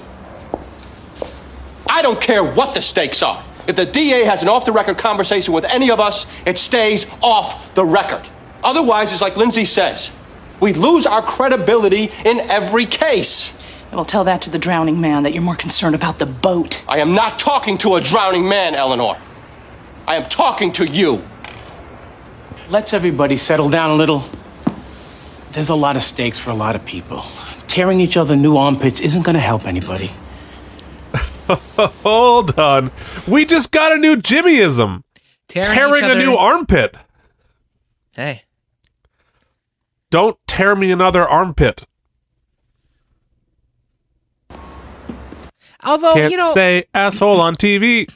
S28: I don't care what the stakes are. If the DA has an off the record conversation with any of us, it stays off the record. Otherwise, it's like Lindsay says we lose our credibility in every case.
S21: Well, tell that to the drowning man that you're more concerned about the boat.
S28: I am not talking to a drowning man, Eleanor. I am talking to you.
S20: Let's everybody settle down a little. There's a lot of stakes for a lot of people. Tearing each other new armpits isn't going to help anybody.
S2: Hold on. We just got a new Jimmyism.
S4: Tearing
S2: Tearing
S4: each
S2: a
S4: other-
S2: new armpit.
S4: Hey.
S2: Don't tear me another armpit.
S4: Although,
S2: Can't
S4: you know,
S2: say asshole on TV.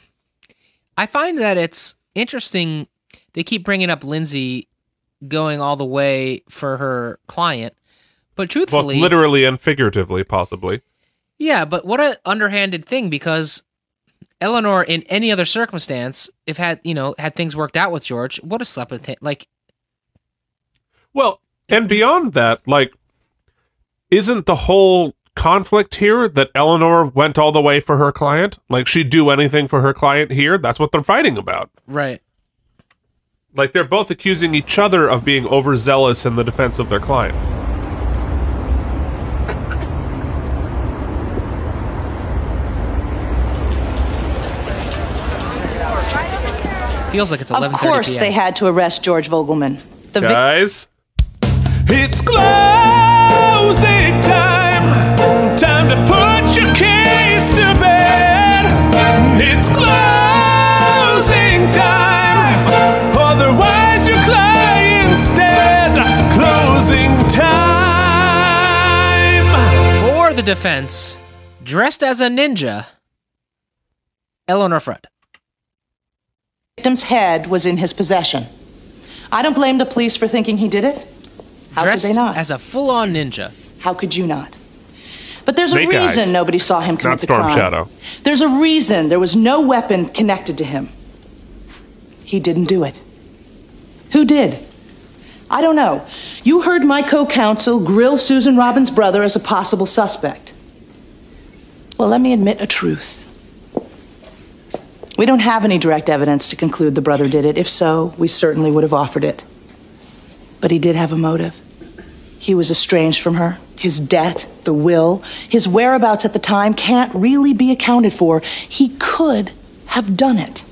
S4: I find that it's interesting. They keep bringing up Lindsay going all the way for her client, but
S2: Both
S4: truthfully,
S2: literally and figuratively, possibly.
S4: yeah. But what a underhanded thing because Eleanor, in any other circumstance, if had you know had things worked out with George, would have slept with him. Like,
S2: Well, and beyond that, like, isn't the whole conflict here that Eleanor went all the way for her client? Like, she'd do anything for her client here? That's what they're fighting about.
S4: right?
S2: Like, they're both accusing each other of being overzealous in the defense of their clients.
S4: Feels like it's
S21: Of
S4: 11:30
S21: course,
S4: p.m..
S21: they had to arrest George Vogelman. The vic-
S2: Guys,
S5: It's closing time. Time to put your case to bed. It's closing time. Otherwise, your client's dead. Closing time.
S4: For the defense, dressed as a ninja, Eleanor Fred.
S21: victim's head was in his possession. I don't blame the police for thinking he did it. How
S4: dressed
S21: could they not?
S4: as a full-on ninja.
S21: How could you not? But there's
S4: Snake
S21: a reason
S4: eyes.
S21: nobody saw him commit
S2: not
S21: the
S2: Storm
S21: crime.
S2: Shadow.
S21: There's a reason there was no weapon connected to him. He didn't do it. Who did? I don't know. You heard my co counsel grill Susan Robbins' brother as a possible suspect. Well, let me admit a truth. We don't have any direct evidence to conclude the brother did it. If so, we certainly would have offered it. But he did have a motive. He was estranged from her. His debt, the will, his whereabouts at the time can't really be accounted for. He could have done it.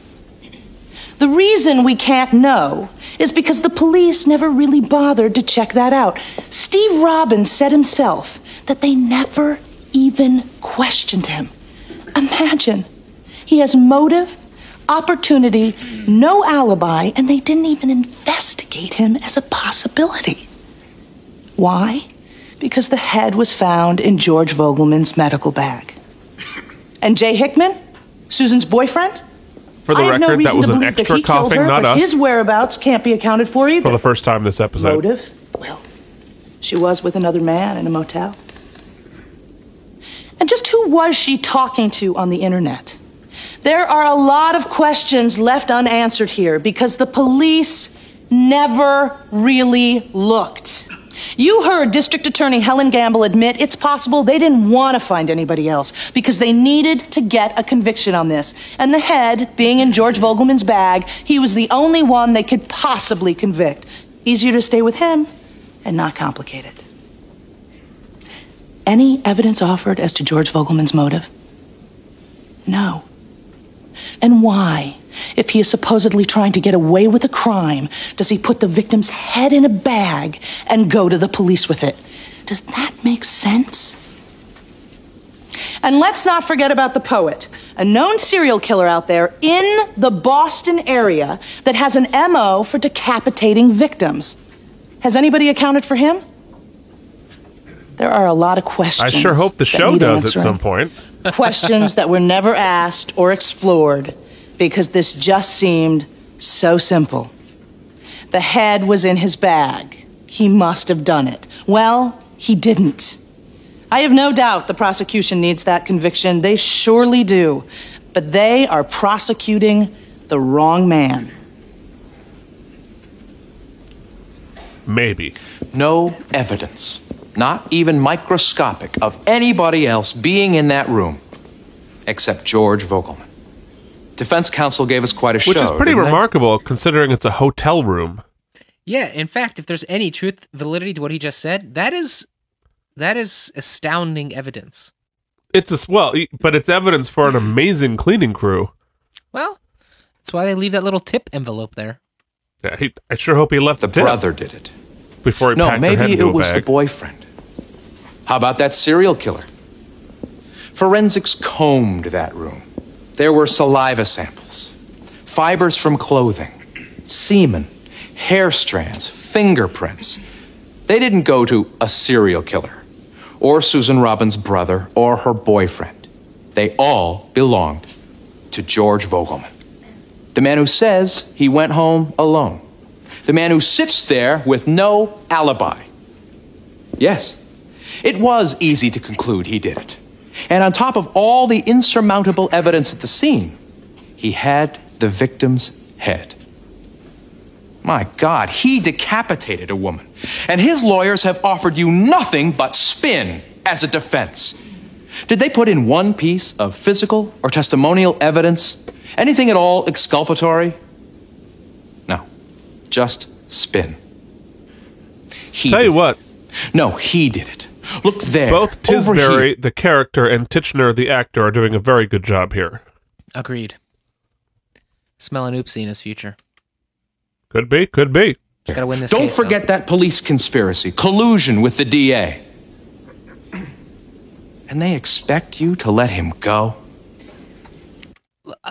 S21: The reason we can't know is because the police never really bothered to check that out. Steve Robbins said himself that they never even questioned him. Imagine. He has motive, opportunity, no alibi, and they didn't even investigate him as a possibility. Why? Because the head was found in George Vogelman's medical bag. And Jay Hickman, Susan's boyfriend?
S2: For the
S21: I have no
S2: record, that
S21: reason
S2: was
S21: to
S2: an
S21: believe
S2: extra
S21: he killed
S2: coughing,
S21: her,
S2: not
S21: but
S2: us.
S21: His whereabouts can't be accounted for either.
S2: for the first time this episode.
S21: Motive? Well, she was with another man in a motel. And just who was she talking to on the internet? There are a lot of questions left unanswered here because the police never really looked. You heard District Attorney Helen Gamble admit it's possible they didn't want to find anybody else because they needed to get a conviction on this. And the head, being in George Vogelman's bag, he was the only one they could possibly convict. Easier to stay with him and not complicate it. Any evidence offered as to George Vogelman's motive? No. And why? If he is supposedly trying to get away with a crime, does he put the victim's head in a bag and go to the police with it? Does that make sense? And let's not forget about the poet, a known serial killer out there in the Boston area that has an MO for decapitating victims. Has anybody accounted for him? There are a lot of
S2: I
S21: questions.
S2: sure hope the
S21: that
S2: show
S21: need
S2: does at
S21: answering
S2: some point.
S21: questions that were never asked or explored because this just seemed so simple. The head was in his bag. He must have done it. Well, he didn't. I have no doubt the prosecution needs that conviction. They surely do. But they are prosecuting the wrong man.
S2: Maybe.
S13: No evidence, not even microscopic, of anybody else being in that room except George Vogelman. Defense counsel gave us quite a show.
S2: Which is pretty
S13: didn't they?
S2: remarkable considering it's a hotel room.
S4: Yeah, in fact, if there's any truth validity to what he just said, that is that is astounding evidence.
S2: It's a s- well, e- but it's evidence for an amazing cleaning crew.
S4: Well, that's why they leave that little tip envelope there.
S2: Yeah, he, I sure hope he left the, tip
S13: brother did it
S2: before he
S13: No,
S2: packed her head
S13: maybe
S2: into
S13: it
S2: a
S13: was the
S2: bag.
S13: boyfriend. How about that serial killer? Forensics combed that room. There were saliva samples, fibers from clothing, semen, hair strands, fingerprints. They didn't go to a serial killer, or Susan Robbins' brother, or her boyfriend. They all belonged to George Vogelman. The man who says he went home alone. The man who sits there with no alibi. Yes, it was easy to conclude he did it. And on top of all the insurmountable evidence at the scene, he had the victim's head. My God, he decapitated a woman. And his lawyers have offered you nothing but spin as a defense. Did they put in one piece of physical or testimonial evidence? Anything at all exculpatory? No, just spin. He
S2: Tell you what.
S13: No, he did it. Look there.
S2: Both
S13: over
S2: Tisbury,
S13: here.
S2: the character, and Titchener, the actor, are doing a very good job here.
S4: Agreed. Smell an oopsie in his future.
S2: Could be, could be.
S4: Gotta win this
S13: Don't
S4: case, though.
S13: forget that police conspiracy, collusion with the DA. And they expect you to let him go?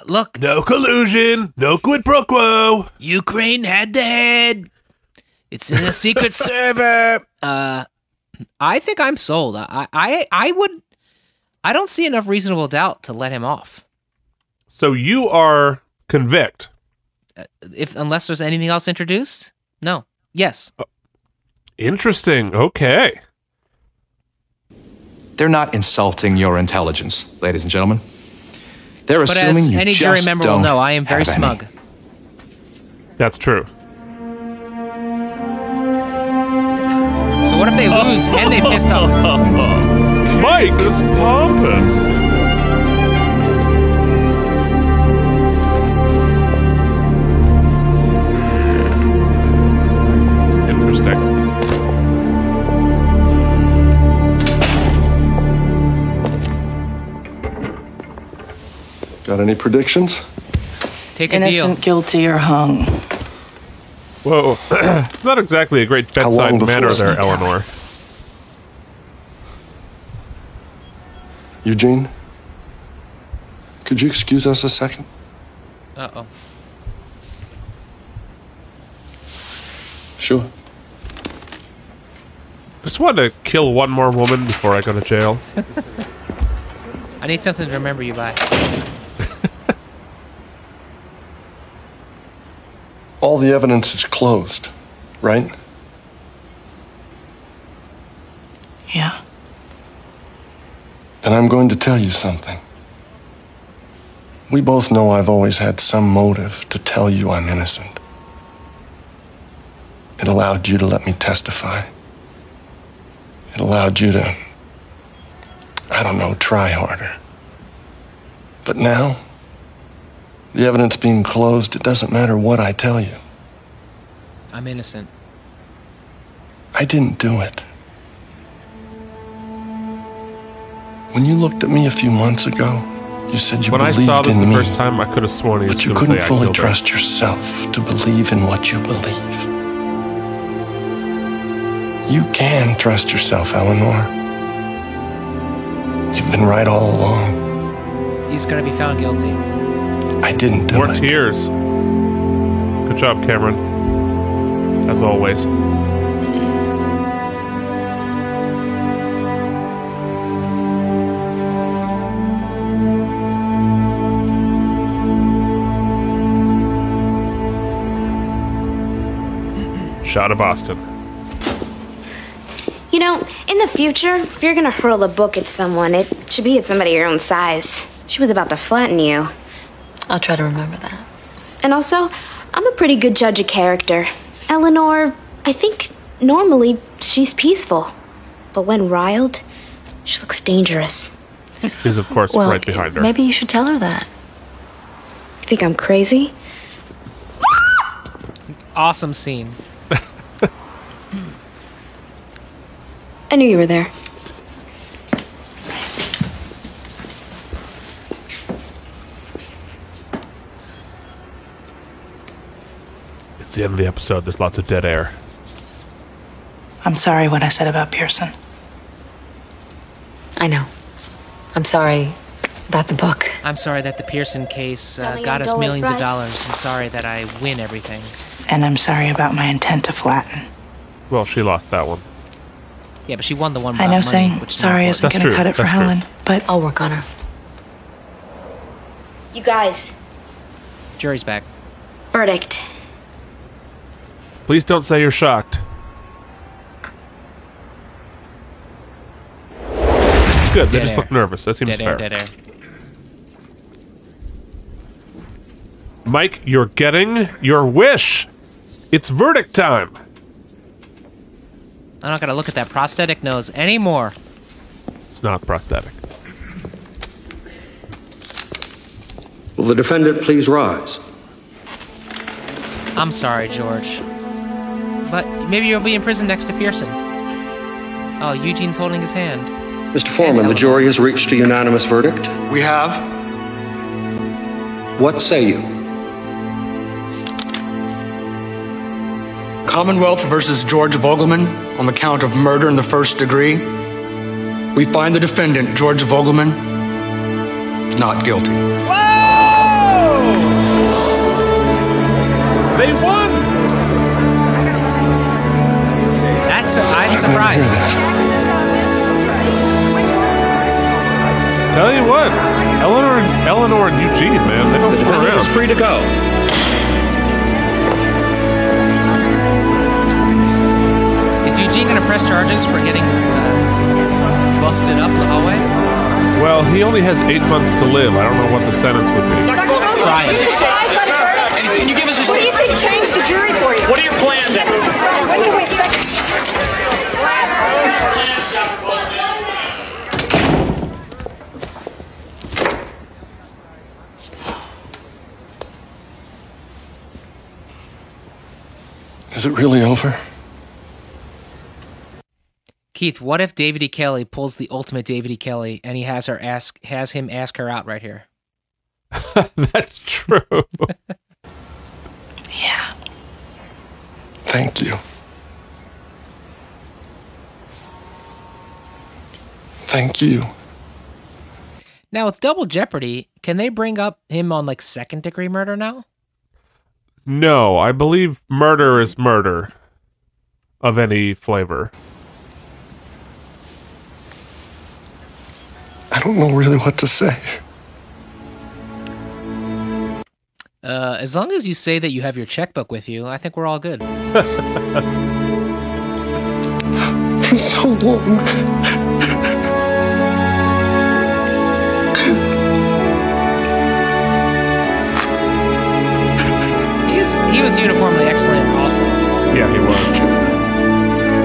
S4: Look.
S2: No collusion. No quid pro quo.
S4: Ukraine had the head. It's in a secret server. Uh, I think I'm sold. I, I, I would. I don't see enough reasonable doubt to let him off,
S2: So you are convict.
S4: Uh, if unless there's anything else introduced. No. Yes.
S2: Interesting. Okay.
S13: They're not insulting your intelligence, ladies and gentlemen. They're
S4: But
S13: assuming
S4: as
S13: you
S4: any
S13: just
S4: jury member will
S13: don't
S4: know, I am very
S13: have any.
S4: smug.
S2: That's true.
S4: So what if they lose and they pissed off?
S2: Mike is pompous. Interesting.
S3: Got any predictions?
S4: Take
S21: Innocent, guilty, or hung.
S2: Whoa. Not exactly a great
S3: How long
S2: bedside
S3: before
S2: manner
S3: it's
S2: there,
S3: bedtime?
S2: Eleanor.
S3: Eugene? Could you excuse us a second?
S4: Uh oh.
S2: Sure. Just want to kill one more woman before I go to jail.
S4: I need something to remember you by.
S3: All the evidence is closed, right?
S6: Yeah.
S3: Then I'm going to tell you something. We both know I've always had some motive to tell you I'm innocent. It allowed you to let me testify. It allowed you to, I don't know, try harder. But now, the evidence being closed, it doesn't matter what I tell you.
S4: I'm innocent.
S3: I didn't do it. When you looked at me a few months ago, you said you
S2: when I
S3: believed
S2: saw this
S3: in
S2: the
S3: me,
S2: first time, I could have sworn he was
S3: but you
S2: going to say
S3: couldn't
S2: I
S3: fully
S2: killed her.
S3: trust yourself to believe in what you believe. You can trust yourself, Eleanor. You've been right all along.
S4: He's gonna be found guilty.
S3: I didn't do
S2: More
S3: it.
S2: tears. Good job, Cameron. As always. Shot of Austin.
S22: You know, in the future, if you're gonna hurl a book at someone, it should be at somebody your own size. She was about to flatten you.
S19: I'll try to remember that.
S22: And also, I'm a pretty good judge of character. Eleanor, I think normally she's peaceful. But when riled, she looks dangerous.
S2: He's, of course,
S22: Well,
S2: right behind her.
S22: you should tell her that. Think I'm crazy?
S4: Awesome scene.
S22: I knew you were there.
S2: It's the end of the episode. There's lots of dead air.
S21: I'm sorry what I said about Pearson.
S19: I know. I'm sorry about the book.
S4: I'm sorry that the Pearson case uh,
S19: Dolly
S4: got
S19: and
S4: us
S19: Dolly
S4: millions of
S19: Fry.
S4: dollars. I'm sorry that I win everything.
S21: And I'm sorry about my intent to flatten.
S2: Well, she lost that one.
S4: Yeah, but she won the one.
S21: I
S4: about
S21: know
S4: money,
S21: saying
S4: which is
S21: sorry
S4: not
S21: isn't
S4: important.
S21: going to cut it for Helen, but
S19: I'll work on her.
S22: You guys,
S4: Jury's back.
S22: verdict.
S2: Please don't say you're shocked. Good. They
S4: Dead
S2: just
S4: air.
S2: look nervous. That seems
S4: Dead
S2: fair.
S4: air, dead air.
S2: Mike, you're getting your wish. It's verdict time.
S4: I'm not gonna look at that prosthetic nose anymore.
S2: It's not prosthetic.
S7: Will the defendant please rise?
S4: I'm sorry, George. But maybe you'll be in prison next to Pearson. Oh, Eugene's holding his hand.
S7: Mr. Foreman, the jury has reached a unanimous verdict.
S14: We have.
S7: What say you?
S14: Commonwealth versus George Vogelman on the count of murder in the first degree. We find the defendant, George Vogelman, not guilty.
S2: They won!
S4: That's I'm surprised.
S2: Tell you what, Eleanor, and Eleanor and Eugene, man, they don't screw around.
S7: defendant is free to go.
S4: Is Eugene gonna press charges for getting uh, busted up the hallway?
S2: Well, he only has eight months to live. I don't know what the sentence would be.
S4: Fry it.
S17: Can you give us a
S15: What do you think changed the jury for you?
S17: What are your plans?
S15: When do we expect?
S3: Is it really over?
S4: Keith, what if David E. Kelly pulls the ultimate David E. Kelly and he has her ask has him ask her out right here?
S2: That's true.
S3: Thank you. Thank you.
S4: Now with double jeopardy, Can they bring up him on like second degree murder now?
S2: No, I believe murder is murder of any flavor.
S3: I don't know really what to say.
S4: Uh, as long as you say that you have your checkbook with you, I think we're all good.
S3: For so long,
S4: He's he was uniformly excellent. Also,
S2: Yeah, he was.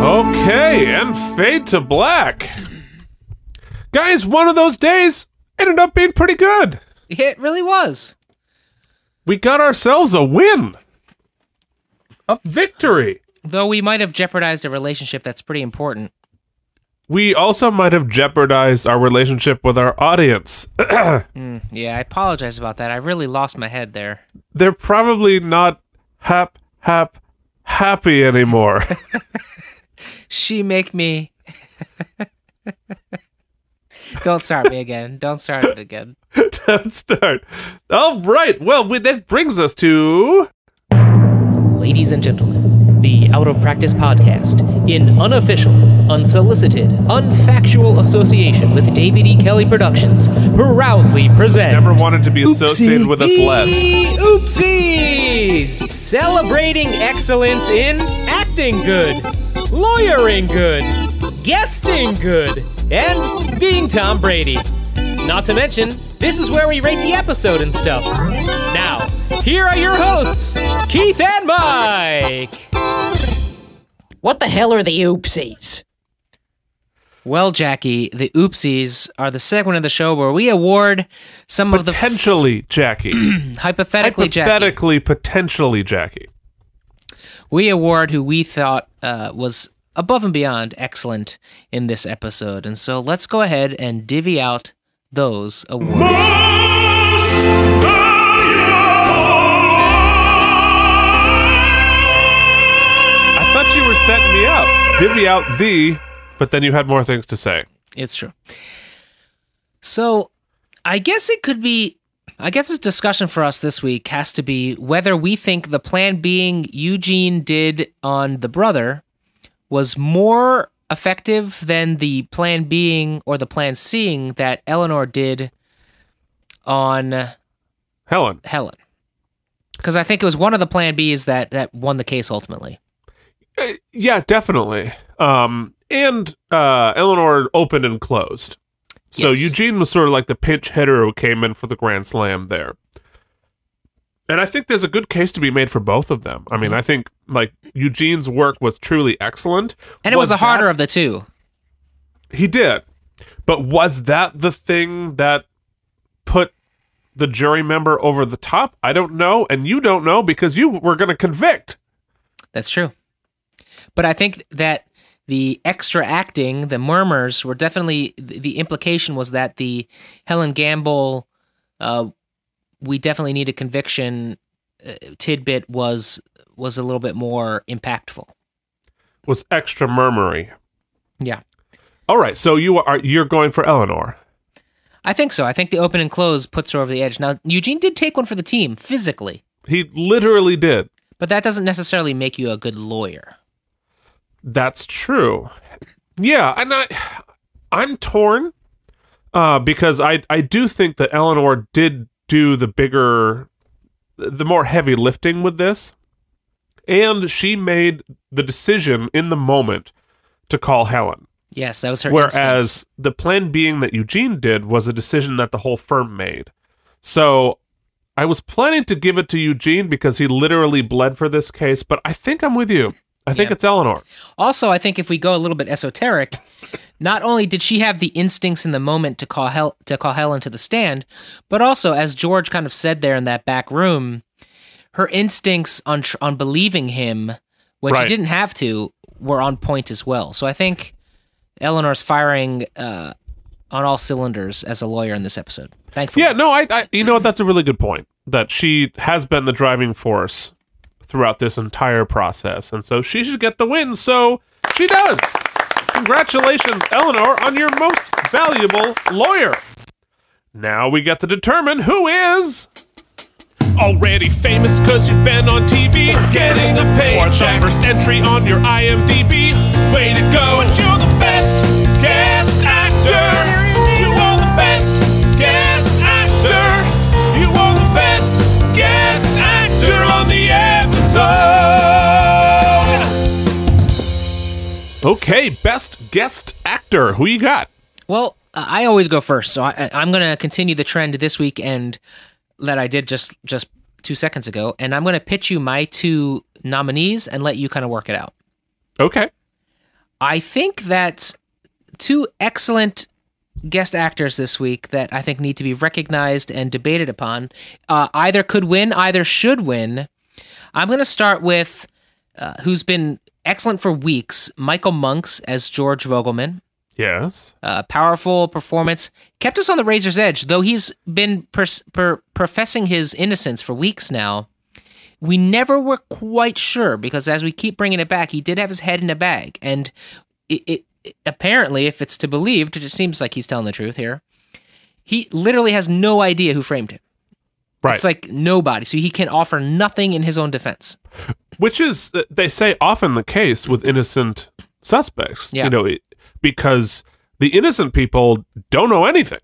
S2: Okay, and fade to black. Guys, one of those days ended up being pretty good.
S4: It really was.
S2: We got ourselves a win. A victory.
S4: though we might have jeopardized a relationship that's pretty important.
S2: We also might have jeopardized our relationship with our audience.
S4: Mm, yeah, I apologize about that. I really lost my head there.
S2: They're probably not hap hap happy anymore.
S4: She make me. Don't start me again. Don't start it again.
S2: Don't start. All right. Well, we, that brings us to
S1: Ladies and gentlemen, the Out of Practice podcast, in unofficial, unsolicited, unfactual association with David E. Kelly Productions, proudly present.
S2: Never wanted to be associated with us less.
S1: Oopsies! Celebrating excellence in acting good, lawyering good, guesting good, and being Tom Brady. Not to mention, this is where we rate the episode and stuff. Now, here are your hosts, Keith and Mike.
S11: What the hell are the oopsies?
S4: Well, Jackie, the oopsies are the segment of the show where we award some of the
S2: potentially Jackie.
S4: hypothetically, Jackie,
S2: Hypothetically, potentially Jackie.
S4: we award who we thought uh, was above and beyond excellent in this episode. And so let's go ahead and divvy out those awards.
S2: I thought you were setting me up. Divvy out the, but then you had more things to say.
S4: It's true. So I guess it could be I guess this discussion for us this week has to be whether we think the plan being Eugene did on the brother was more effective than the plan being or the plan seeing that Eleanor did on
S2: Helen.
S4: Helen. Because I think it was one of the plan B's that that won the case ultimately.
S2: Yeah, definitely. Um, and uh, Eleanor opened and closed. So Eugene was sort of like the pinch hitter who came in for the grand slam there. And I think there's a good case to be made for both of them. I
S4: Mm-hmm.
S2: mean, I think like Eugene's work was truly excellent,
S4: And it was, the
S2: that-
S4: harder of the two.
S2: He did. But was that the thing that put the jury member over the top? I don't know. And you don't know because you were going to convict.
S4: That's true. But I think that the extra acting, the murmurs, were definitely th- the implication was that the Helen Gamble, uh, we definitely need a conviction uh, tidbit was was a little bit more impactful.
S2: Was extra murmury.
S4: Yeah,
S2: All right. So you are you're going for Eleanor.
S4: I think so. I think the open and close puts her over the edge. Now Eugene did take one for the team physically,
S2: He literally did.
S4: but that doesn't necessarily make you a good lawyer.
S2: That's true. Yeah, and I I'm torn uh because I I do think that Eleanor did do the bigger the more heavy lifting with this. And she made the decision in the moment to call Helen.
S4: Yes, that was her.
S2: Whereas
S4: instinct.
S2: the plan being that Eugene did was a decision that the whole firm made. So I was planning to give it to Eugene because he literally bled for this case, but I think I'm with you. I think
S4: Yeah.
S2: it's Eleanor.
S4: Also, I think if we go a little bit esoteric, not only did she have the instincts in the moment to call Hel- to call Helen to the stand, but also as George kind of said there in that back room, her instincts on tr- on believing him when
S2: Right.
S4: she didn't have to were on point as well. So I think Eleanor's firing uh, on all cylinders as a lawyer in this episode. Thankfully,
S2: Yeah, no, I, I you know what, that's a really good point that she has been the driving force throughout this entire process. And so she should get the win. So she does. Congratulations, Eleanor, on your most valuable lawyer. Now we get to determine who is already famous because you've been on TV getting a paycheck. Or the first entry on your IMDb. Way to go. But you're the best guest actor. You are the best guest actor. You are the best guest actor on the episode. Okay, best guest actor. Who you got?
S4: Well, uh, I always go first, so I, I- I'm going to continue the trend this week and that I did just just two seconds ago, and I'm going to pitch you my two nominees and let you kind of work it out.
S2: Okay.
S4: I think that two excellent guest actors this week that I think need to be recognized and debated upon uh, either could win, either should win. I'm going to start with uh, who's been excellent for weeks, Michael Monks as George Vogelman.
S2: Yes.
S4: Uh, powerful performance. Kept us on the razor's edge, though he's been pers- per- professing his innocence for weeks now. We never were quite sure because as we keep bringing it back, he did have his head in a bag. And it, it, it- apparently, if it's to believed, it just seems like he's telling the truth here. He literally has no idea who framed him.
S2: Right.
S4: It's like nobody. So he can offer nothing in his own defense.
S2: which is uh, they say often the case with innocent suspects
S4: Yeah.
S2: you know it- because the innocent people don't know anything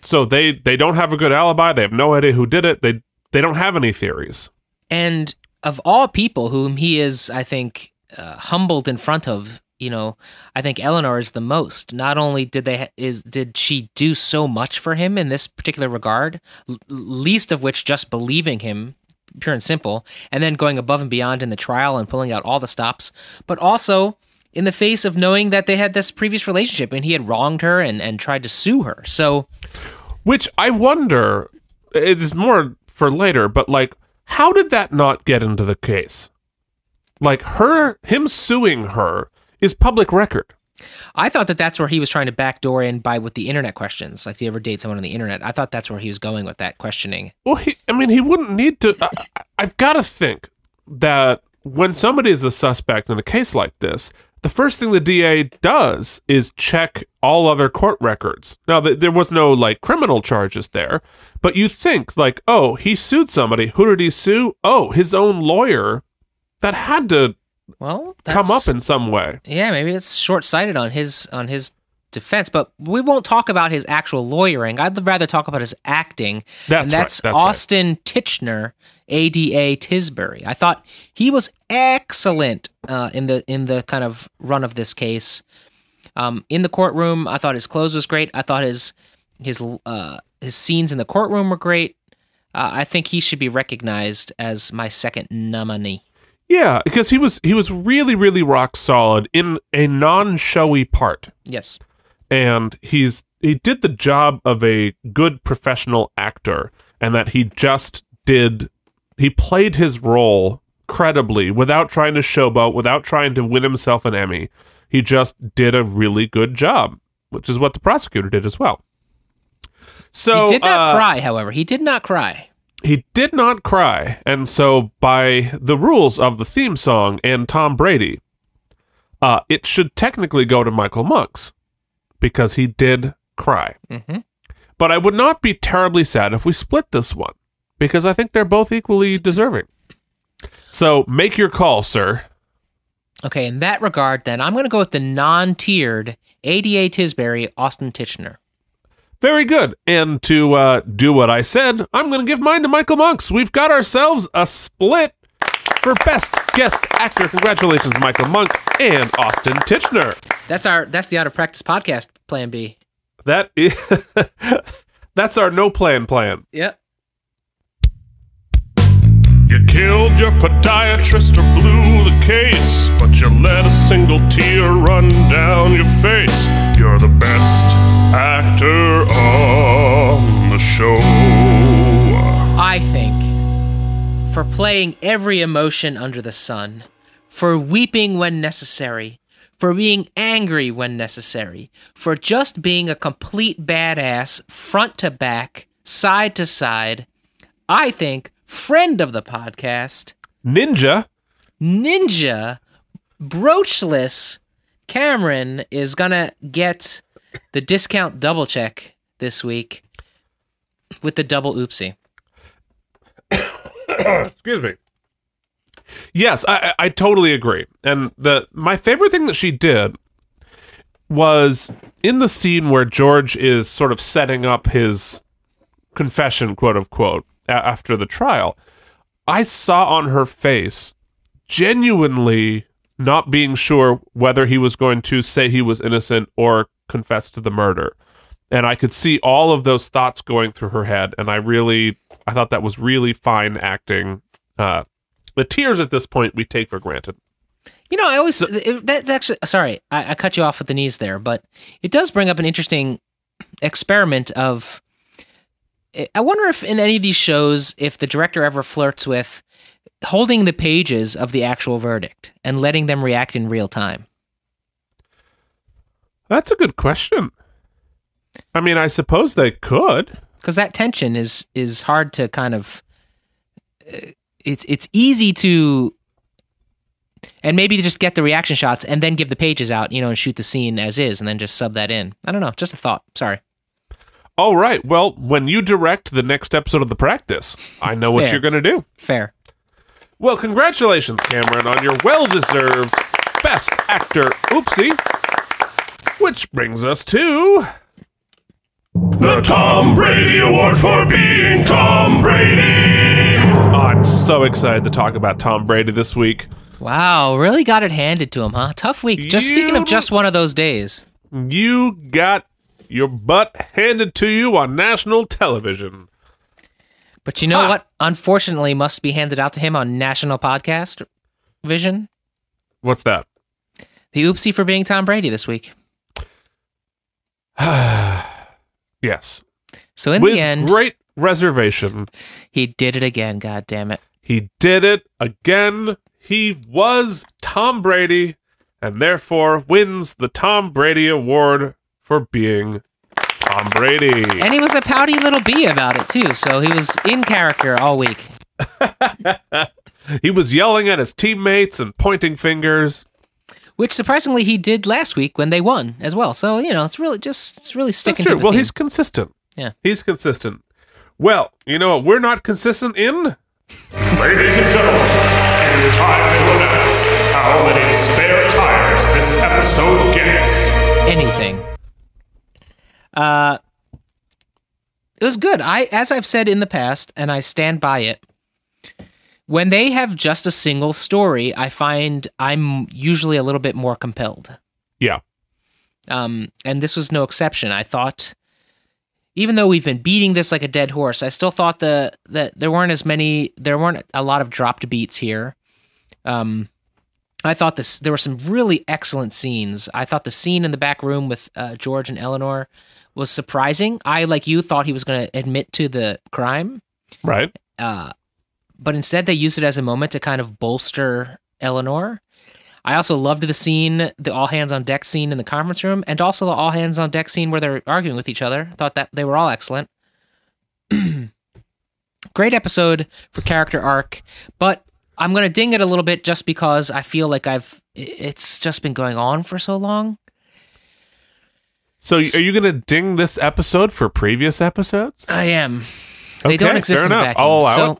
S2: so they they don't have a good alibi they have no idea who did it they they don't have any theories
S4: and of all people whom he is i think uh, humbled in front of you know i think eleanor is the most not only did they ha- is did she do so much for him in this particular regard l- least of which just believing him pure and simple and then going above and beyond in the trial and pulling out all the stops but also in the face of knowing that they had this previous relationship and he had wronged her and, and tried to sue her so
S2: which i wonder it is more for later but like how did that not get into the case like her him suing her is public record
S4: I thought that that's where he was trying to backdoor in by with the internet questions. Like, do you ever date someone on the internet? I thought that's where he was going with that questioning.
S2: Well, he, I mean, he wouldn't need to. I, I- I've got to think that when somebody is a suspect in a case like this, the first thing the DA does is check all other court records. Now, th- there was no like criminal charges there, but you think like, oh, he sued somebody. Who did he sue? Oh, his own lawyer. That had to
S4: well
S2: come up
S4: that's-
S2: in some way.
S4: Yeah, maybe it's short sighted on his on his defense, but we won't talk about his actual lawyering. I'd rather talk about his acting.
S2: That's
S4: and
S2: right,
S4: that's,
S2: that's right.
S4: Austin Titchener, ADA Tisbury. I thought he was excellent uh, in the in the kind of run of this case. Um, in the courtroom, I thought his clothes was great. I thought his his uh, his scenes in the courtroom were great. Uh, I think he should be recognized as my second nominee.
S2: Yeah, because he was he was really really rock solid in a non-showy part.
S4: Yes.
S2: and he's he did the job of a good professional actor and that he just did he played his role credibly without trying to showboat without trying to win himself an emmy he just did a really good job which is what the prosecutor did as well so
S4: he did not
S2: uh,
S4: cry, however. He did not cry.
S2: he did not cry, and so by the rules of the theme song and Tom Brady, uh, it should technically go to Michael Monks because he did cry.
S4: Mm-hmm.
S2: But I would not be terribly sad if we split this one because I think they're both equally deserving. So make your call, sir.
S4: Okay, in that regard, then I'm going to go with the non-tiered ADA Tisbury Austin Titchener.
S2: Very good. And to uh, do what I said, I'm going to give mine to Michael Monks. We've got ourselves a split for best guest actor. Congratulations, Michael Monk and Austin Titchener.
S4: That's our that's the out of practice podcast plan B.
S2: That is that's our no plan plan.
S4: Yep.
S5: You killed your podiatrist or blew the case, but you let a single tear run down your face. You're the best actor on the show.
S4: I think for playing every emotion under the sun, for weeping when necessary, for being angry when necessary, for just being a complete badass front to back, side to side, I think friend of the podcast,
S2: Ninja.
S4: Ninja, broachless Cameron is gonna get the discount double check this week with the double oopsie.
S2: Excuse me. Yes, I, I I totally agree. And the my favorite thing that she did was in the scene where George is sort of setting up his confession, quote unquote, a- after the trial. I saw on her face genuinely not being sure whether he was going to say he was innocent or confess to the murder. And I could see all of those thoughts going through her head. And I really, I thought that was really fine acting. Uh, the tears at this point we take for granted.
S4: You know, I always it- that's actually sorry, I, I cut you off at the knees there, but it does bring up an interesting experiment of. I- I wonder if in any of these shows, if the director ever flirts with holding the pages of the actual verdict and letting them react in real time.
S2: That's a good question. I mean, I suppose they could.
S4: because that tension is is hard to kind of uh, it's it's easy to and maybe to just get the reaction shots and then give the pages out you know and shoot the scene as is and then just sub that in i don't know just a thought sorry
S2: All right. Well, when you direct the next episode of the practice, I know what
S4: Fair.
S2: you're going to do.
S4: Fair.
S2: Well, congratulations, Cameron, on your well deserved Best Actor Oopsie. Which brings us to.
S5: The Tom Brady Award for being Tom Brady.
S2: I'm so excited to talk about Tom Brady this week.
S4: wow really got it handed to him huh tough week just speaking of just one of those days
S2: You got your butt handed to you on national television.
S4: but you know what unfortunately must be handed out to him on national podcast vision
S2: What's that?
S4: the oopsie for being tom brady this week
S2: Yes.
S4: So in
S2: With
S4: the end-
S2: great reservation,
S4: he did it again. God damn it!
S2: He did it again. He was Tom Brady, and therefore wins the Tom Brady Award for being Tom Brady.
S4: and he was a pouty little bee about it too so he was in character all week
S2: He was yelling at his teammates and pointing fingers.
S4: which surprisingly he did last week when they won as well. So you know, it's really just it's really
S2: That's
S4: sticking
S2: true.
S4: to the
S2: Well,
S4: theme.
S2: he's consistent.
S4: Yeah.
S2: He's consistent. Well, you know what? We're not consistent in.
S5: Ladies and gentlemen, it is time to announce how many spare tires this episode gets.
S4: anything. Uh, it was good. I, as I've said in the past, and I stand by it. When they have just a single story, I find I'm usually a little bit more compelled.
S2: Yeah.
S4: Um, and this was no exception. I thought, even though we've been beating this like a dead horse, I still thought the that there weren't as many, there weren't a lot of dropped beats here. Um, I thought this. There were some really excellent scenes. I thought the scene in the back room with uh, George and Eleanor was surprising. I, like you, thought he was going to admit to the crime,
S2: Right.
S4: uh, but instead they used it as a moment to kind of bolster Eleanor. I also loved the scene, the all hands on deck scene in the conference room, and also the all hands on deck scene where they're arguing with each other. Thought that they were all excellent. Great episode for character arc, but I'm gonna ding it a little bit just because I feel like I've it's just been going on for so long.
S2: So, y- are you going to ding this episode for previous episodes?
S4: I am.
S2: Okay,
S4: they don't exist
S2: fair
S4: in a
S2: enough.
S4: vacuum.
S2: I'll allow
S4: so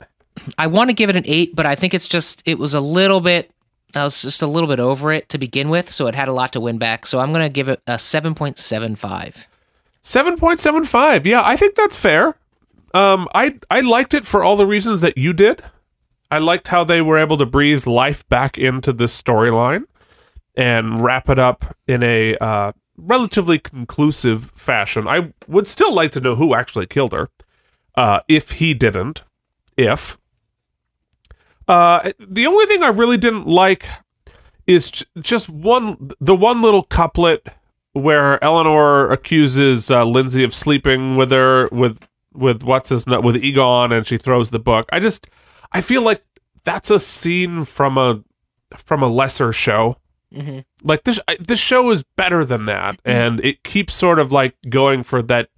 S4: I want to give it an eight, but I think it's just it was a little bit. I was just a little bit over it to begin with, so it had a lot to win back. So I'm gonna give it a seven point seven five.
S2: 7.75. Yeah, I think that's fair. Um, I I liked it for all the reasons that you did. I liked how they were able to breathe life back into this storyline and wrap it up in a uh, relatively conclusive fashion. I would still like to know who actually killed her, uh, if he didn't. If uh, the only thing I really didn't like is j- just one the one little couplet where Eleanor accuses uh, Lindsay of sleeping with her with with what's his nut with Egon, and she throws the book. I just I feel like that's a scene from a from a lesser show.
S4: Mhm.
S2: Like this I, this show is better than that, and it keeps sort of like going for that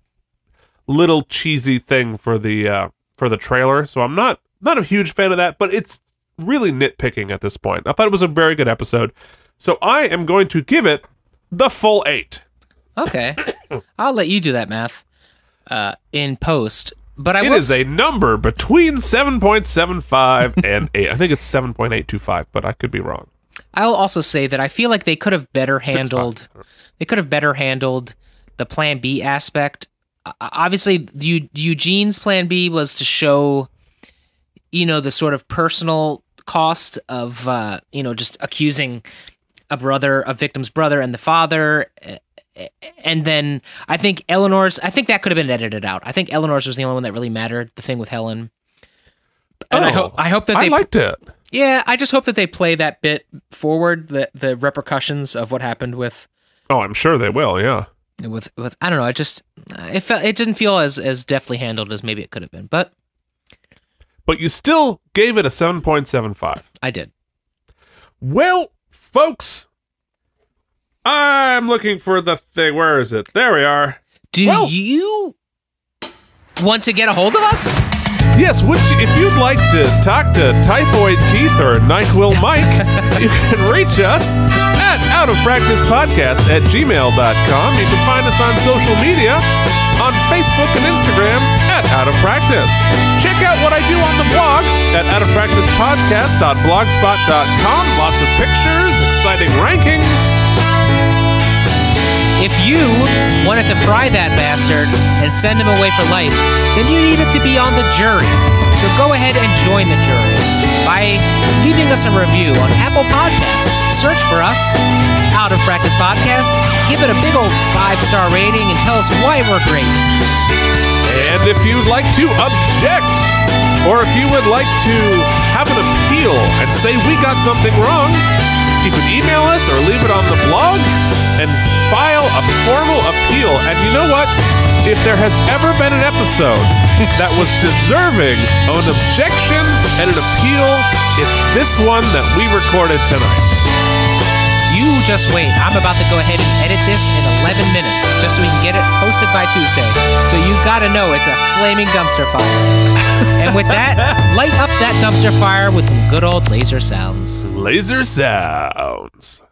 S2: little cheesy thing for the uh, for the trailer. So I'm not not a huge fan of that, but it's really nitpicking at this point. I thought it was a very good episode. So I am going to give it the full eight.
S4: Okay. I'll let you do that math uh, in post. But I
S2: It
S4: will
S2: is
S4: s-
S2: a number between 7.75 and 8. I think it's 7.825, but I could be wrong.
S4: I'll also say that I feel like they could have better
S2: Six
S4: handled. They could have better handled the Plan B aspect. O- Obviously, the Eu- Eugene's Plan B was to show, you know, the sort of personal cost of, uh, you know, just accusing a brother, a victim's brother, and the father. eh, eh, And then I think Eleanor's. I think that could have been edited out. I think Eleanor's was the only one that really mattered. The thing with Helen. And I
S2: Oh,
S4: hope. I hope that
S2: I
S4: they
S2: liked it.
S4: yeah, I just hope that they play that bit forward, the the repercussions of what happened with
S2: Oh, I'm sure they will, yeah.
S4: with with I don't know, I just it felt it didn't feel as as deftly handled as maybe it could have been. But
S2: But you still gave it a 7.75.
S4: I did.
S2: Well, folks, I'm looking for the thing. Where is it? There we are.
S4: Do you want to get a hold of us?
S2: Yes, would you, if you'd like to talk to Typhoid Keith or NyQuil Mike, you can reach us at Out of Practice Podcast at gmail.com. You can find us on social media on Facebook and Instagram at Out of Practice. Check out what I do on the blog at Out of Practice Podcast.blogspot.com. Lots of pictures, exciting rankings.
S4: If you wanted to fry that bastard and send him away for life, then you needed to be on the jury. So go ahead and join the jury by leaving us a review on Apple Podcasts. Search for us, Out of Practice Podcast. Give it a big old five star rating and tell us why we're great.
S2: And if you'd like to object, or if you would like to have an appeal and say we got something wrong, you could email us or leave it on the blog and file a formal appeal. And you know what? If there has ever been an episode that was deserving of an objection and an appeal, it's this one that we recorded tonight.
S4: You just wait. I'm about to go ahead and edit this in 11 minutes just so we can get it posted by Tuesday. So you gotta know it's a flaming dumpster fire. and with that, light up that dumpster fire with some good old laser sounds.
S2: Laser sounds.